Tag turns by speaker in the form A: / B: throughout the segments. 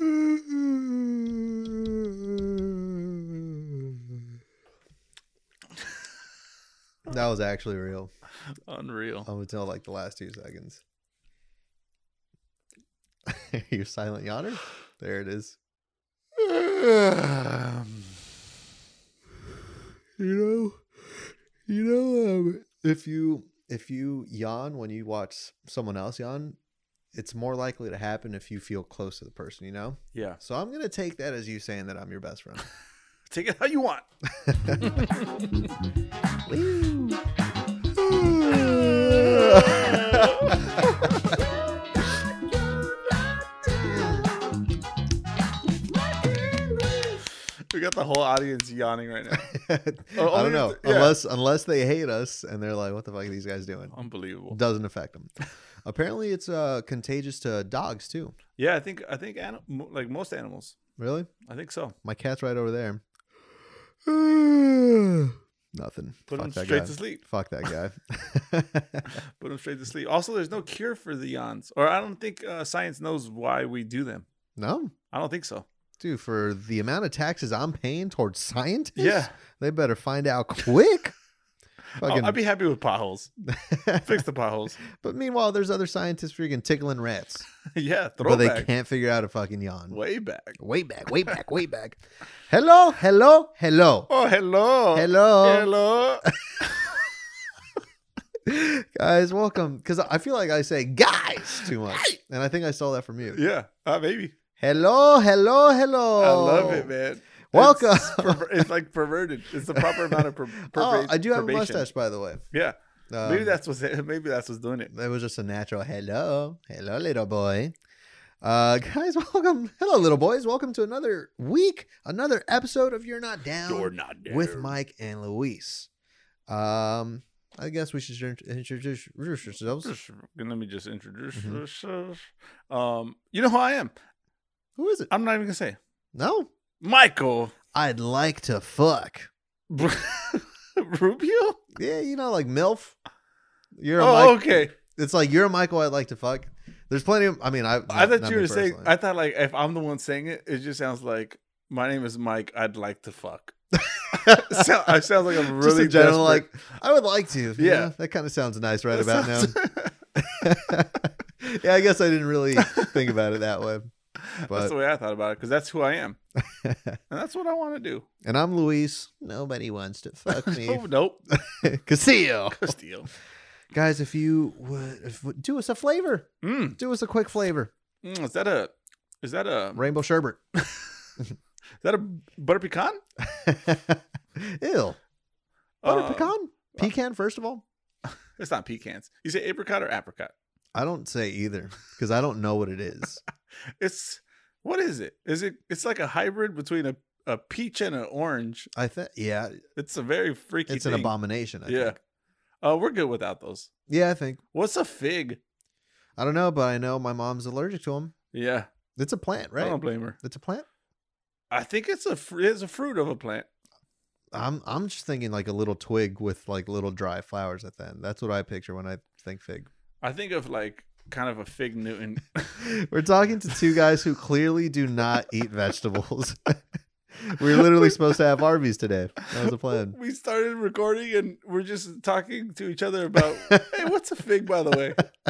A: Mm-hmm. That was actually real.
B: Unreal.
A: I'm until like the last two seconds. Your silent yawner. There it is. You know, you know, um, if you if you yawn when you watch someone else yawn, it's more likely to happen if you feel close to the person. You know.
B: yeah.
A: So I'm gonna take that as you saying that I'm your best friend.
B: Take it how you want. We got the whole audience yawning right now.
A: I
B: Oh,
A: don't know.
B: yeah.
A: Unless unless they hate us and they're like, what the fuck are these guys doing?
B: Unbelievable.
A: Doesn't affect them. Apparently, it's uh, contagious to dogs too.
B: Yeah, I think I think ani- mo- like most animals.
A: Really?
B: I think so.
A: My cat's right over there. Nothing. Fuck
B: Put them
A: that
B: straight
A: guy.
B: to sleep.
A: Fuck that guy.
B: Put them straight to sleep. Also, there's no cure for the yawns, or I don't think uh, science knows why we do them.
A: no,
B: I don't think so.
A: dude. For the amount of taxes I'm paying towards scientists,
B: Yeah.
A: they better find out quick.
B: I-
A: Fucking.
B: I'd be happy with potholes. Fix the potholes.
A: but meanwhile, there's other scientists freaking tickling rats,
B: yeah,
A: but they
B: throwback.
A: can't figure out a fucking yawn.
B: Way back.
A: Way back, way back, way back. Hello, hello, hello.
B: Oh, hello.
A: Hello.
B: Hello.
A: Guys, welcome. Because I feel like I say guys too much. And I think I stole that from you.
B: yeah, uh, maybe.
A: Hello, hello, hello.
B: I love it, man.
A: Oh. Welcome.
B: It's, perver- it's like perverted. It's the proper amount of per-
A: Oh,
B: perva-
A: I do have
B: pervation.
A: a mustache, by the way.
B: Yeah,
A: Um,
B: maybe that's what's maybe that's what's doing it.
A: That was just a natural hello. Hello, little boy. Uh, guys, welcome. Hello, little boys. Welcome to another week, another episode of You're Not Down.
B: not
A: with Mike and Luis. Um, I guess we should intro- introduce introduce ourselves.
B: Just- Let me just introduce
A: Mhm.
B: yourself. Um, you know who I am.
A: Who is it?
B: I'm not even gonna say
A: No,
B: Michael
A: I'd like to fuck.
B: Rubio.
A: Yeah, you know, like milf. You're a
B: Oh,
A: Mike.
B: okay.
A: It's like you're a Michael. I'd like to fuck. There's plenty of. I mean, I.
B: I
A: not-
B: thought
A: not
B: you
A: me
B: were saying.
A: personally.
B: I thought like if I'm the one saying it, it just sounds like my name is Mike. I'd like to fuck. so, I sound like I'm
A: Just
B: really
A: in general,
B: desperate.
A: like I would like to.
B: Yeah.
A: Yeah, that kind of sounds nice right about
B: That sounds-
A: now. yeah, I guess I didn't really think about it that way.
B: that's the
A: But
B: way I thought about it because that's who I am, and that's what I want to do.
A: and I'm Luis. Nobody wants to fuck me.
B: Oh nope,
A: Casillo.
B: Castillo.
A: guys if you would if, would- do us a flavor
B: Mm,
A: do us a quick flavor
B: mm, is that a is that a
A: rainbow sherbet
B: is that a butter pecan?
A: ew butter
B: Uh,
A: pecan pecan first of all
B: It's not pecans. You say apricot or apricot?
A: i don't say either because i don't know what it is
B: It's what is it? Is it? It's like a hybrid between a, a peach and an orange.
A: i think yeah
B: It's a very freaky.
A: it's
B: thing.
A: an abomination I
B: yeah.
A: think.
B: Uh, we're good without those.
A: yeah i think
B: What's a fig?
A: i don't know but i know my mom's allergic to them
B: Yeah,
A: it's a plant
B: I
A: right
B: don't blame her.
A: it's a plant
B: I think it's a fr- it's a fruit of a plant.
A: i'm i'm just thinking like a little twig with like little dry flowers at the end that's what i picture when i think fig
B: I think of like kind of a fig Newton.
A: We're talking to two guys who clearly do not eat vegetables. we are literally supposed to have Arby's today. That was the plan.
B: we started recording and we're just talking to each other about, hey, what's a fig, by the way?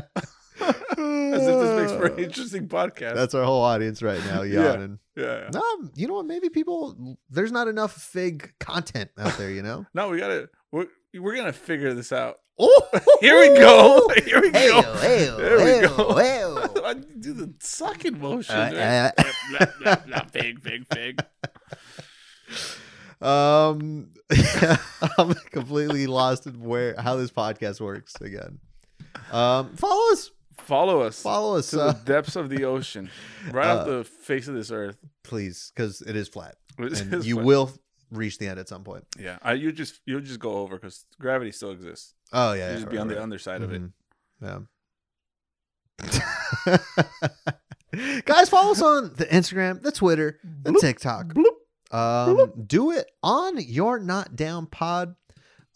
B: As if this makes for an interesting podcast.
A: That's our whole audience right now
B: Yeah.
A: yawning.
B: yeah.
A: No, you know what? Maybe people there's not enough fig content out there. You know.
B: No, we gotta. We're, we're gonna figure this out.
A: Oh,
B: Here we go. Here we
A: Hey,
B: go.
A: hey,
B: There we go.
A: hey.
B: I do the sucking motion. man.
A: Uh,
B: Blah, blah, blah, fig, fig, fig.
A: uh, um, yeah, I'm completely lost in where how this podcast works again. Um, follow us,
B: Follow us
A: follow us.
B: to
A: Uh,
B: the depths of the ocean, right off the face of this earth.
A: please, because it is flat,
B: This
A: and
B: is
A: you
B: fun.
A: will reach the end at some point.
B: Yeah, I, you just you'll just go over because gravity still exists.
A: Oh
B: You
A: yeah,
B: just
A: yeah,
B: be
A: right,
B: on the
A: right.
B: underside of it.
A: Mhm. Yeah. Guys, follow us on the Instagram, the Twitter, the
B: Bloop,
A: TikTok.
B: bloop.
A: Um, do it on your not down pod,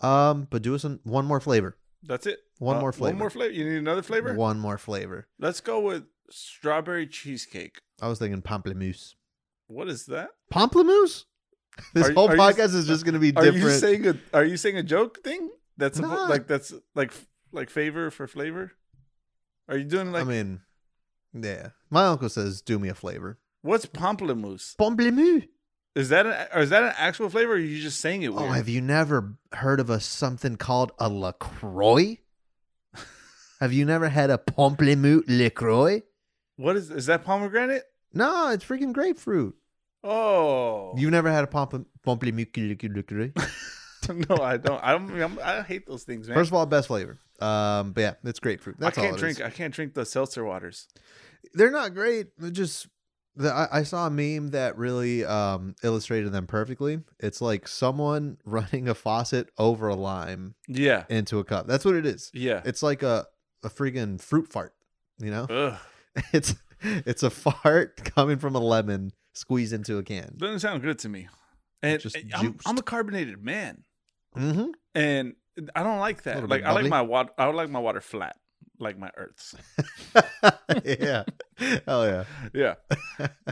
A: um, but do us an, one more flavor.
B: That's it.
A: Mm-hmm. One
B: Uh,
A: more flavor.
B: One more flavor. You need another flavor.
A: One more flavor.
B: Let's go with strawberry cheesecake.
A: I was thinking pamplemousse.
B: What is that?
A: Pamplemousse. This
B: Are-
A: whole
B: are you-
A: podcast is just going to be
B: Are
A: different.
B: you saying a Are you saying a joke thing? That's suppo-
A: Nah.
B: like that's like f- like favor for flavor. Are you doing like
A: I mean, yeah. My uncle says, "Do me a flavor."
B: what's pamplemousse?
A: Pomblemu.
B: Is that an, or is that an actual flavor? Or are you just saying it?
A: Oh,
B: Weird?
A: have you never heard of a something called a Lacroix? have you never had a pomplemu Lacroix?
B: What is is that pomegranate?
A: No, it's freaking grapefruit.
B: Oh,
A: You've never had a pomple- pomplemu Lacroix?
B: no, I don't. I don't. I'm, I hate those things, man.
A: First of all, best flavor. Um, but yeah, it's grapefruit. That's
B: I
A: all
B: can't
A: it
B: drink.
A: is.
B: I can't drink the seltzer waters.
A: They're not great. They're just the, I, I saw a meme that really um, illustrated them perfectly. It's like someone running a faucet over a lime
B: Yeah,
A: into a cup. That's what it is.
B: yeah.
A: It's like a a freaking fruit fart. You know,
B: Ugh.
A: it's it's a fart coming from a lemon squeezed into a can.
B: Doesn't sound good to me. And
A: Just
B: and I'm, I'm a
A: juiced.
B: carbonated man,
A: Mm-hmm.
B: and I don't like that.
A: Little
B: Like
A: bit
B: I like
A: bubbly.
B: my water. I would like my water flat, like my Earths.
A: yeah. Oh yeah.
B: Yeah,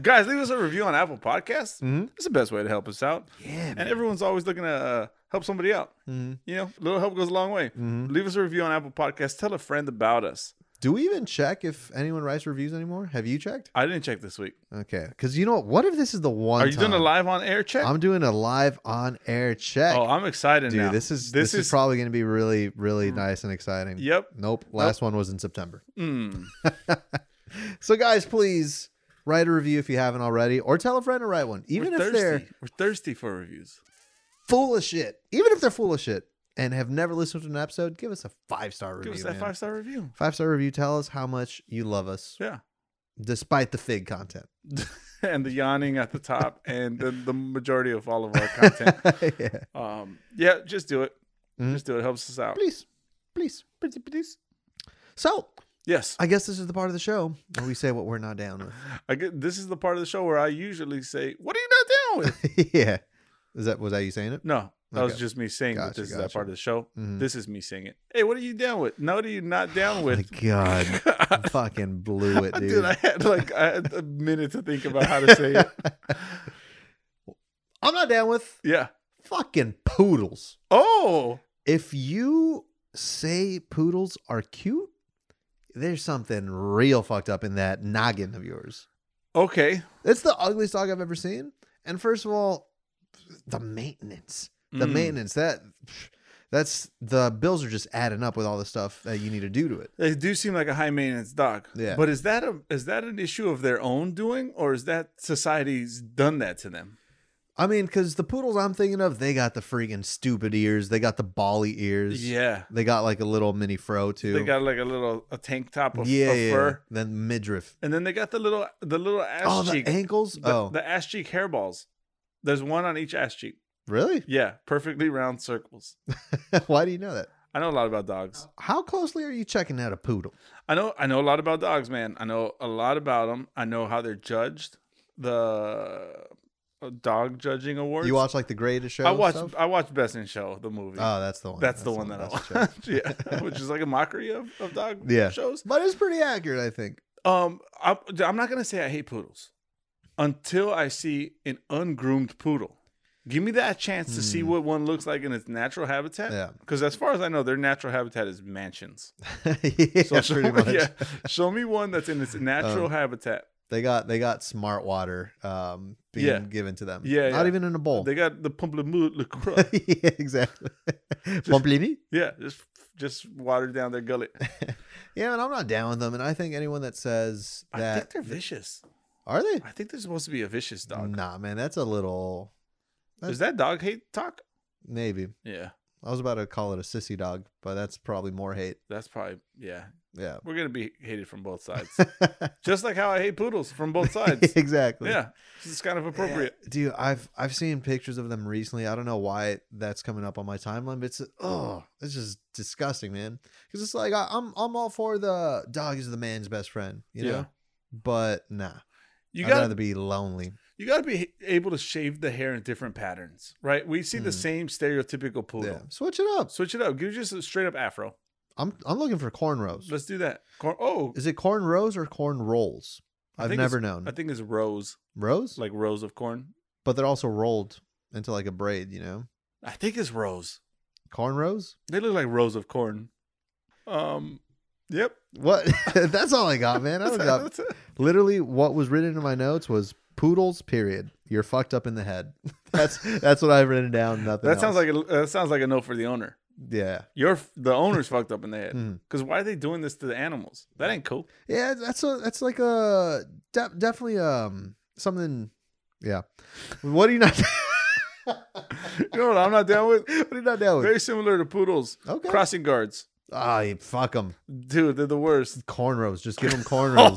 B: guys, leave us a review on Apple Podcasts.
A: Mm-hmm.
B: That's the best way to help us out.
A: Yeah.
B: And everyone's always looking to uh, help somebody out.
A: mm-hmm.
B: You know, little help goes a long way. Leave us a review on Apple Podcasts. Tell a friend about us.
A: Do we even check if anyone writes reviews anymore? Have you checked?
B: I didn't check this week.
A: Okay, because you know what? What if this is the one?
B: Are you doing a
A: time-
B: live on air check?
A: I'm doing a live on air check.
B: oh, I'm excited
A: Dude,
B: now.
A: this is
B: this, is, Mm.
A: probably going to be really, really nice and exciting.
B: yep.
A: Nope. Last one was in September.
B: Mm.
A: So, guys, please write a review if you haven't already, or tell a friend to write one, even
B: We're
A: if
B: thirsty.
A: they're
B: we're thirsty for reviews.
A: full of shit. Even if they're full of shit and have never listened to an episode, give us a five star review.
B: Give us that five star review.
A: Five star review. Tell us how much you love us,
B: Yeah.
A: despite the fig content.
B: and the yawning at the top and the, the majority of all of our content.
A: yeah.
B: um, yeah, just do it.
A: Mhm.
B: Just do it. Helps us out.
A: Please, please, please, please. So,
B: Yes.
A: I guess this is the part of the show where we say what we're not down with.
B: I get, this is the part of the show where I usually say, What are you not down with?
A: yeah. Is that was that you saying it?
B: No, that was
A: Okay.
B: just me saying that
A: Gotcha,
B: this is that
A: gotcha.
B: part of the show.
A: Mhm.
B: This is me saying it. Hey, what are you down with? No, what are you not down
A: My
B: with?
A: God, fucking blew it, dude.
B: Dude, I had like I had a minute to think about how to say it.
A: I'm not down with
B: Yeah.
A: fucking poodles.
B: Oh,
A: If you say poodles are cute, there's something real fucked up in that noggin of yours.
B: okay.
A: It's the ugliest dog I've ever seen. And first of all, the maintenance. The
B: Mm.
A: maintenance that that's the bills are just adding up with all the stuff that you need to do to it.
B: They do seem like a high maintenance dog.
A: Yeah.
B: But is that a is that an issue of their own doing, or is that society's done that to them?
A: I mean, because the poodles I'm thinking of, they got the freaking stupid ears. They got the bally ears.
B: Yeah.
A: They got like a little mini fro too.
B: They got like a little a tank top of,
A: yeah,
B: of
A: yeah.
B: fur,
A: Then midriff.
B: and then they got the little the little ass
A: Oh, the
B: cheek,
A: ankles.
B: the,
A: oh,
B: the ass cheek hairballs. There's one on each ass cheek.
A: really?
B: Yeah, perfectly round circles.
A: Why do you know that?
B: I know a lot about dogs.
A: How closely are you checking out a poodle?
B: I know I know a lot about dogs, man. I know a lot about them. I know how they're judged. The uh, dog judging awards.
A: You watch like the greatest show.
B: I
A: and
B: watch
A: stuff?
B: I watch Best in Show the movie.
A: Oh, that's the one.
B: that's, the one that I
A: that's the show.
B: watch. yeah, which is like a mockery of, of dog
A: Yeah.
B: shows.
A: But it's pretty accurate, I think.
B: Um, I, I'm not gonna say I hate poodles until I see an ungroomed poodle. Give me that chance to see
A: Hmm.
B: what one looks like in its natural habitat.
A: Yeah.
B: Because as far as I know, their natural habitat is mansions.
A: yeah,
B: So show,
A: pretty much. Um,
B: yeah, show me one that's in its natural habitat.
A: They got they got smart water um being
B: Yeah.
A: given to them.
B: Yeah,
A: Not
B: yeah.
A: even in a bowl.
B: They got the pamplemousse LaCroix.
A: yeah, exactly. Pomplini?
B: yeah, just just watered down their gullet.
A: Yeah, and I'm not down with them. And I think anyone that says
B: I think
A: that
B: they're vicious.
A: are they?
B: I think they're supposed to be a vicious dog.
A: Nah, man, that's a little that's-
B: Is that dog hate talk?
A: maybe.
B: Yeah,
A: I was about to call it a sissy dog, but that's probably more hate.
B: that's probably yeah.
A: Yeah.
B: We're gonna be hated from both sides, just like how I hate poodles from both sides.
A: exactly.
B: yeah, it's kind of
A: Yeah.
B: appropriate.
A: Dude, I've I've seen pictures of them recently. I don't know why that's coming up on my timeline, but it's oh, it's just disgusting, man. Because it's like I, I'm I'm all for the dog is the man's best friend, you know.
B: Yeah.
A: But nah,
B: You
A: I'd
B: gotta
A: rather be lonely.
B: you gotta be able to shave the hair in different patterns, right? We see the
A: Mhm.
B: same stereotypical poodle.
A: Yeah, switch it up.
B: Switch it up. Give just a straight up afro.
A: I'm I'm looking for cornrows.
B: Let's do that. Corn- oh,
A: Is it corn rows or corn rolls?
B: I
A: I've
B: think it's-
A: never known.
B: I think it's rose,
A: Rows,
B: like rows of corn.
A: but they're also rolled into like a braid, you know.
B: I think it's rose.
A: Cornrows?
B: They look like rows of corn. Um, yep.
A: What? That's all I got, man. I don't got
B: That's it.
A: literally what was written in my notes was poodles. Period. You're fucked up in the head. That's that's what I've written down. Nothing.
B: That sounds
A: else.
B: like a, that sounds like a no for the owner.
A: yeah,
B: Your f- the owner's fucked up in the head.
A: Mhm.
B: Because why are they doing this to the animals? That ain't cool.
A: yeah. That's a that's like a de- definitely um something. Yeah. What are you not?
B: You know what I'm not down with?
A: what are you not down with?
B: Very similar to poodles.
A: Okay.
B: Crossing guards.
A: Ah, you fuck them.
B: Dude, they're the worst.
A: Cornrows. Just give them cornrows.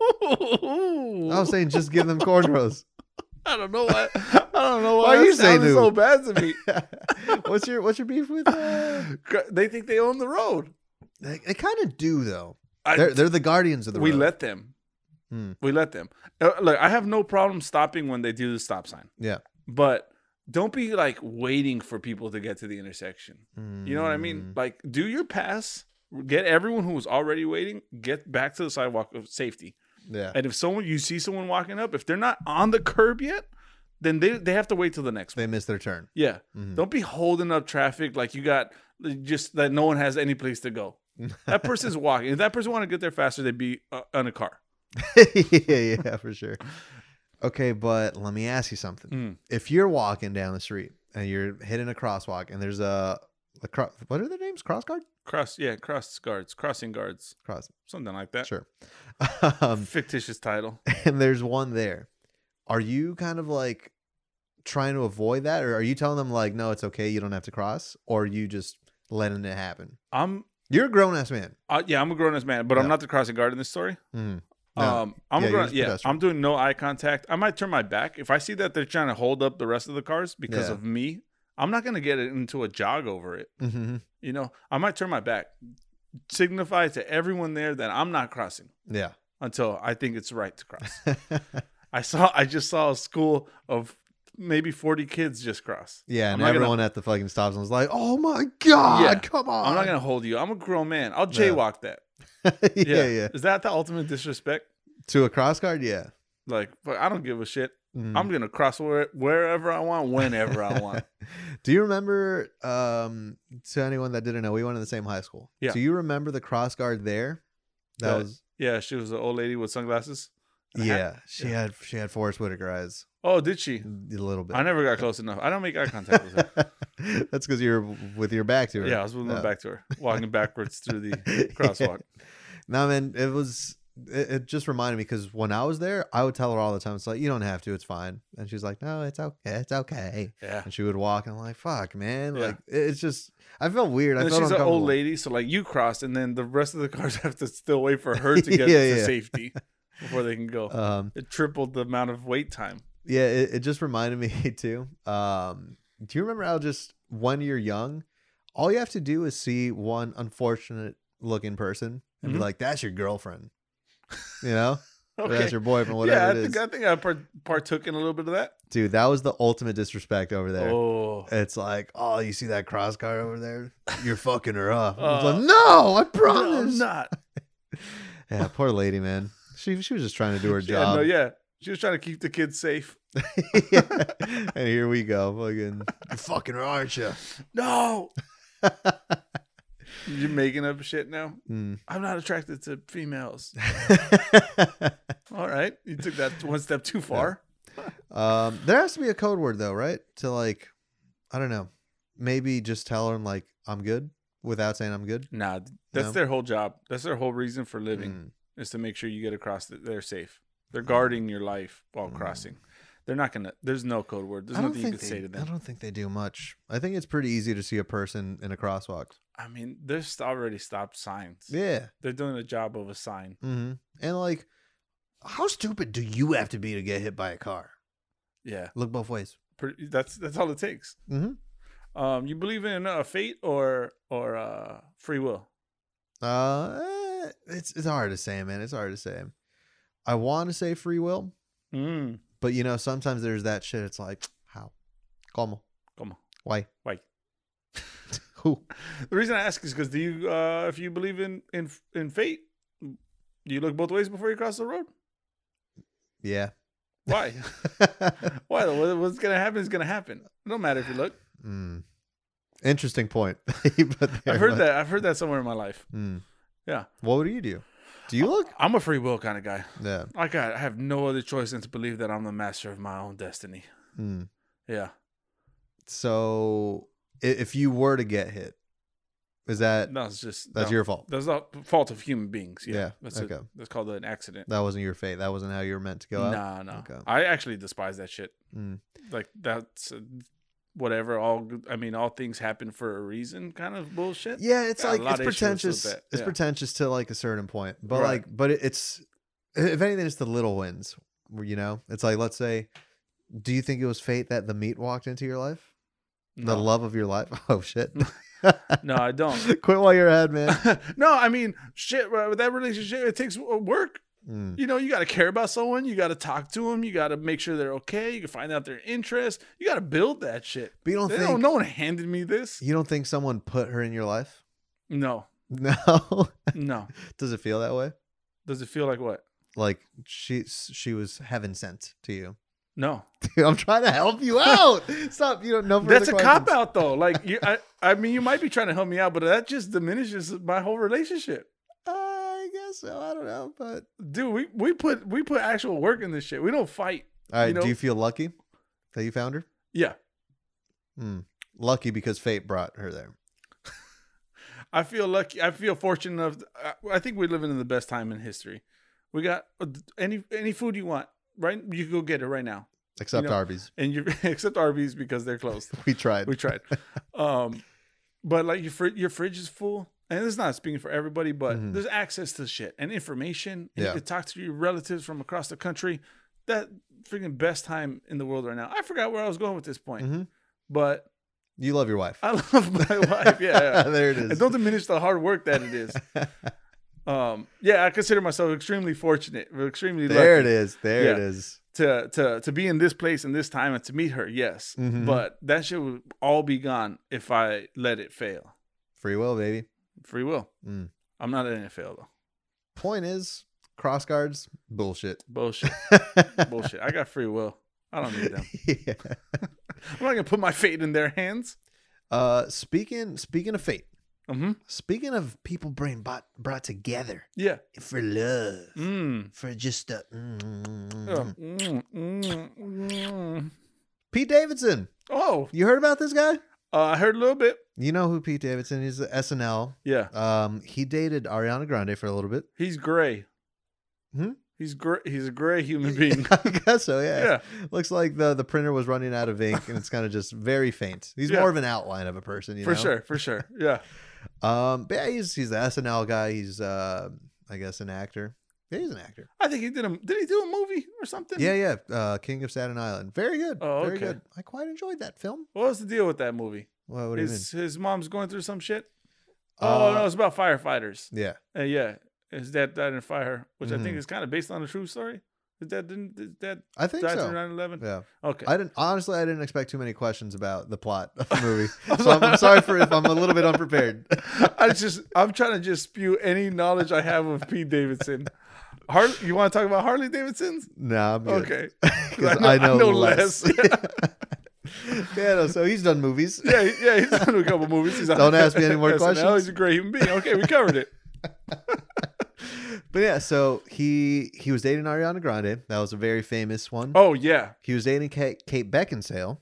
B: Oh.
A: I was saying, just give them cornrows.
B: I don't know why. I don't know why,
A: Why are
B: that
A: you saying
B: sounded
A: who?
B: so bad to me.
A: what's your what's your beef with? Uh,
B: Cr- they think they own the road.
A: they they kind of do though.
B: I-
A: They're they're the guardians of the
B: we
A: road.
B: let them.
A: Hmm.
B: We let them. Uh, look, I have no problem stopping when they do the stop sign.
A: Yeah.
B: But don't be like waiting for people to get to the intersection. You know what I mean? Like, do your pass. Get everyone who was already waiting. Get back to the sidewalk of safety.
A: Mm, Yeah.
B: And if someone you see someone walking up, if they're not on the curb yet, then they they have to wait till the next one.
A: They missed their turn.
B: Yeah.
A: Mhm.
B: Don't be holding up traffic like you got just that no one has any place to go. That person's walking. If that person want to get there faster, they'd be uh, on a car.
A: yeah, yeah, for sure. Okay, but let me ask you something.
B: Mm.
A: If you're walking down the street and you're hitting a crosswalk and there's a, a cro- what are their names? Cross guard?
B: Cross, yeah, cross guards, crossing guards,
A: Cross.
B: something like that.
A: Sure. Um,
B: Fictitious title.
A: and there's one there. Are you kind of like trying to avoid that or are you telling them like no, it's okay, you don't have to cross or are you just letting it happen?
B: I'm,
A: You're a grown ass man.
B: uh, yeah, I'm a grown ass man, but
A: Yeah.
B: I'm not the crossing guard in this story.
A: Mhm. No.
B: Um, I'm
A: Yeah, you're
B: a grown,
A: just a
B: yeah,
A: pedestrian.
B: I'm doing no eye contact. I might turn my back if I see that they're trying to hold up the rest of the cars because
A: Yeah.
B: of me. I'm not gonna get into a jog over it.
A: Mhm.
B: You know, I might turn my back, signify to everyone there that I'm not crossing
A: Yeah.
B: until I think it's right to cross. I saw, I just saw a school of maybe 40 kids just cross.
A: yeah, and
B: not gonna-
A: everyone at the fucking stop sign was like, "Oh my god,
B: Yeah.
A: come on!"
B: I'm not gonna hold you. I'm a grown man. I'll
A: Yeah.
B: jaywalk that.
A: yeah, yeah,
B: Is that the ultimate disrespect?
A: To a cross guard, yeah.
B: Like, but I don't give a shit.
A: Mhm.
B: I'm gonna cross where, wherever I want, whenever I want.
A: Do you remember? Um, to anyone that didn't know, we went to the same high school.
B: Yeah.
A: Do you remember the cross guard there? That
B: That-
A: was
B: Yeah, she was the old lady with sunglasses. and a hat.
A: yeah. She had she had Forrest Whitaker eyes
B: Oh, did she?
A: a little bit.
B: I never got close enough. I don't make eye contact with her.
A: That's because you're with your back to her.
B: Yeah, I was moving
A: Yeah.
B: back to her, walking backwards through the crosswalk.
A: No, man, it was. It, it just reminded me because when I was there, I would tell her all the time, "It's like you don't have to. It's fine." And she's like, "No, it's okay. It's okay."
B: Yeah.
A: And she would walk, and I'm like, "Fuck, man!"
B: Yeah.
A: Like it- it's just, I felt weird. I
B: And
A: felt
B: she's an old
A: uncomfortable.
B: lady, so like you crossed, and then the rest of the cars have to still wait for her to get
A: Yeah,
B: to
A: yeah.
B: safety before they can go.
A: Um,
B: it tripled the amount of wait time.
A: Yeah, it, it just reminded me too. Um, do you remember how just when you're young, all you have to do is see one unfortunate looking person and
B: Mhm.
A: be like, "That's your girlfriend," you know, Or
B: Okay.
A: "That's your boyfriend," whatever
B: yeah, I
A: it is.
B: think I think I par- partook in a little bit of that.
A: Dude, that was the ultimate disrespect over there.
B: Oh,
A: It's like, oh, you see that cross guard over there? You're fucking her up. I was
B: Uh,
A: like, no, I
B: no,
A: promise.
B: I'm not.
A: Yeah, poor lady, man. She she was just trying to do her
B: Yeah,
A: job.
B: no, yeah. She was trying to keep the kids safe.
A: and here we go, fucking. You're fucking her, aren't you?
B: No, you're making up shit now.
A: Mm.
B: I'm not attracted to females. All right, you took that one step too far.
A: Um, there has to be a code word though, right? To like, I don't know, maybe just tell her like I'm good without saying I'm good.
B: Nah, that's
A: No?
B: their whole job. That's their whole reason for living.
A: Mm,
B: is to make sure you get across that they're safe. They're guarding your life while
A: Mm.
B: crossing. They're not gonna. There's no code word. There's
A: I don't
B: nothing you
A: think
B: can say
A: they-
B: to
A: I
B: them.
A: don't think they do much. I think it's pretty easy to see a person in a crosswalk.
B: I, mean, there's already stopped signs.
A: Yeah.
B: They're doing a job of a sign.
A: hmm And like, how stupid do you have to be to get hit by a car?
B: Yeah,
A: Look both ways.
B: pretty, that's that's all it takes.
A: Mhm.
B: Um, you believe in uh, fate or or uh, free will?
A: Uh, eh, it's it's hard to say, man. It's hard to say. I want to say free will,
B: Mm.
A: but you know, sometimes there's that shit. It's like, how? Como?
B: Como.
A: Why?
B: Why?
A: Who?
B: The reason I ask is because do you uh, if you believe in in in fate, do you look both ways before you cross the road?
A: Yeah.
B: Why? Why? What- What's gonna happen is gonna happen. It don't matter if you look.
A: Mm. Interesting point. but hmm.
B: I've heard that. I've heard that somewhere in my life. Yeah.
A: What would you do? Do you look?
B: I'm a free will kind of guy.
A: Yeah.
B: I got. I have no other choice than to believe that I'm the master of my own destiny.
A: Mm.
B: Yeah.
A: So i- if you were to get hit, is that
B: That's just
A: that's
B: no.
A: your fault?
B: That's not fault of human beings. Yeah.
A: Yeah,
B: That's it.
A: okay.
B: That's called an accident.
A: That wasn't your fate. That wasn't how you were meant to go out.
B: Nah, nah.
A: Okay.
B: I actually despise that shit.
A: Mm.
B: Like that's uh, whatever. All good- I mean, all things happen for a reason. Kind of bullshit.
A: Yeah, it's
B: Got a
A: like it's
B: lot of issues with
A: pretentious.
B: that,
A: It's
B: yeah.
A: pretentious to like a certain point, but
B: Right.
A: like, but it, it's if anything, it's the little wins. You know, it's like let's say, do you think it was fate that the meat walked into your life, the
B: No.
A: love of your life? Oh shit!
B: no, I don't.
A: Quit while you're ahead, man.
B: no, I mean, shit. right, With that relationship, it takes uh, work.
A: Mm,
B: You know, you got to care about someone. You got to talk to them. You got to make sure they're okay. You can find out their interests. You got to build that shit.
A: But you don't
B: They
A: think
B: don't, no one handed me this.
A: you don't think someone put her in your life?
B: No,
A: No.
B: no.
A: Does it feel that way?
B: Does it feel like what?
A: Like she she was heaven sent to you.
B: No.
A: Dude, I'm trying to help you out. Stop. You don't know.
B: That's a
A: further
B: cop
A: questions.
B: out, though. Like, you, I, I mean, you might be trying to help me out, but that just diminishes my whole relationship.
A: I guess so. I don't know, but
B: Dude, we, we put we put actual work in this shit. We don't fight.
A: All right.
B: You know-
A: do you feel lucky that you found her?
B: Yeah,
A: Hmm. Lucky because fate brought her there.
B: I feel lucky. I feel fortunate enough. I, I think we're living in the best time in history. We got uh, any any food you want, right? You can go get it right now,
A: Except
B: You know-
A: Arby's.
B: and you except Arby's because they're closed.
A: We tried.
B: We tried, um, but like your fri- your fridge is full, and it's not speaking for everybody, but
A: Mhm.
B: there's access to shit and information. And
A: Yeah.
B: You can talk to your relatives from across the country. That freaking best time in the world right now. I forgot where I was going with this point,
A: hmm
B: but
A: You love your wife.
B: I love my wife. Yeah, yeah.
A: there it
B: and
A: is.
B: don't diminish the hard work that it is. Um, yeah, I consider myself extremely fortunate, extremely
A: there it
B: lucky
A: is. There it
B: Yeah.
A: is.
B: to to to be in this place and this time and to meet her. Yes,
A: Mhm.
B: but that shit would all be gone if I let it fail.
A: Free will, baby.
B: Free will.
A: Mm.
B: I'm not letting it fail though.
A: Point is, cross guards bullshit.
B: Bullshit. Bullshit. I got free will. I don't need them.
A: yeah.
B: I'm not gonna put my fate in their hands.
A: Uh, speaking speaking of fate.
B: hmm
A: Speaking of people brain bought, brought together
B: Yeah.
A: for love,
B: Mm.
A: for just a mm, mm, mm,
B: Oh.
A: mm.
B: Mm, mm, mm.
A: Pete Davidson.
B: Oh,
A: You heard about this guy?
B: uh, I heard a little bit.
A: You know who Pete Davidson is? The SNL.
B: Yeah,
A: Um, he dated Ariana Grande for a little bit.
B: he's gray.
A: Hmm?
B: He's gray. He's a gray human being.
A: I guess so. Yeah.
B: yeah.
A: Looks like the the printer was running out of ink, and it's kind of just very faint. He's
B: Yeah.
A: more of an outline of a person, you
B: for
A: know?
B: sure, for sure. Yeah.
A: Um, but yeah, he's he's the SNL guy. He's uh, I guess an actor. Yeah, he's an actor.
B: I think he did a did he do a movie or something?
A: Yeah, yeah. Uh, King of Staten Island. Very good.
B: Oh,
A: Very
B: okay.
A: good. I quite enjoyed that film.
B: What was the deal with that movie?
A: Well, what do you mean?
B: his his mom's going through some shit. oh no,
A: Uh,
B: it's about firefighters.
A: Yeah.
B: Uh, yeah, his dad died in a fire, which I think
A: Mhm.
B: is kind of based on a true story. His dad didn't. His dad
A: I think
B: died
A: so.
B: through 9-11?
A: Yeah.
B: Okay.
A: I didn't honestly I didn't expect too many questions about the plot of the movie. so I'm, I'm sorry for if I'm a little bit unprepared.
B: I just I'm trying to just spew any knowledge I have of Pete Davidson. Harley, you want to talk about Harley Davidson's?
A: No, I'm good.
B: Okay.
A: Because
B: I
A: I,
B: know- I
A: know
B: know
A: less.
B: less.
A: yeah, no, so he's done movies.
B: Yeah, he- yeah, he's done a couple movies. He's on-
A: Don't ask me any more
B: SNL,
A: questions.
B: He's a great human being. Okay, we covered it.
A: But yeah, so he he was dating Ariana Grande. That was a very famous one.
B: Oh yeah.
A: He was dating Kate, Kate Beckinsale.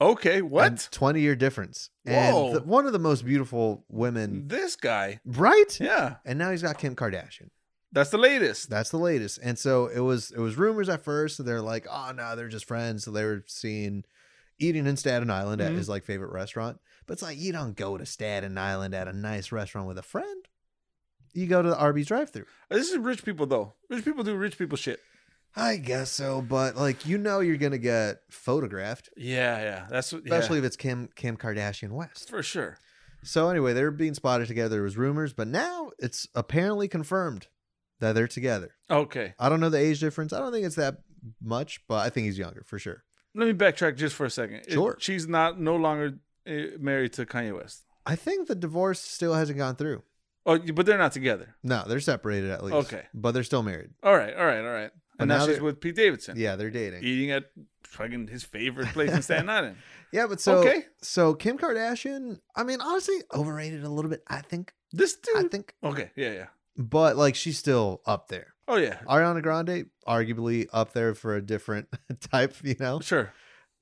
B: Okay.
A: and
B: What?
A: 20 year difference. And
B: Whoa.
A: the- one of the most beautiful women,
B: this guy.
A: right?
B: Yeah.
A: And now he's got Kim Kardashian.
B: That's the latest.
A: That's the latest. And so it was it was rumors at first. So they're like, oh no, they're just friends. So they were seen eating in Staten Island
B: Mhm.
A: at his like favorite restaurant. But it's like you don't go to Staten Island at a nice restaurant with a friend. You go to the Arby's drive thru.
B: This is rich people though. Rich people do rich people shit.
A: I guess so, but like you know you're gonna get photographed.
B: Yeah, yeah. That's what,
A: Especially if it's Kim Kim Kardashian West.
B: for sure.
A: So anyway, they were being spotted together. There was rumors, but now it's apparently confirmed that they're together.
B: Okay.
A: I don't know the age difference. I don't think it's that much, but I think he's younger for sure.
B: Let me backtrack just for a second. It-
A: Sure.
B: she's not no longer uh, married to Kanye West.
A: I think the divorce still hasn't gone through.
B: Oh, but they're not together.
A: No, they're separated at least.
B: Okay.
A: But they're still married.
B: All right, all right, all right.
A: But
B: and now,
A: now
B: she's
A: they're-
B: with Pete Davidson,
A: Yeah, they're dating.
B: eating at fucking his favorite place in Staten Island.
A: Yeah, but so
B: okay,
A: so Kim Kardashian, I mean, honestly, overrated a little bit. I think.
B: this dude.
A: I think.
B: okay, yeah, yeah.
A: But like, she's still up there.
B: Oh yeah,
A: Ariana Grande, arguably up there for a different type. You know,
B: sure.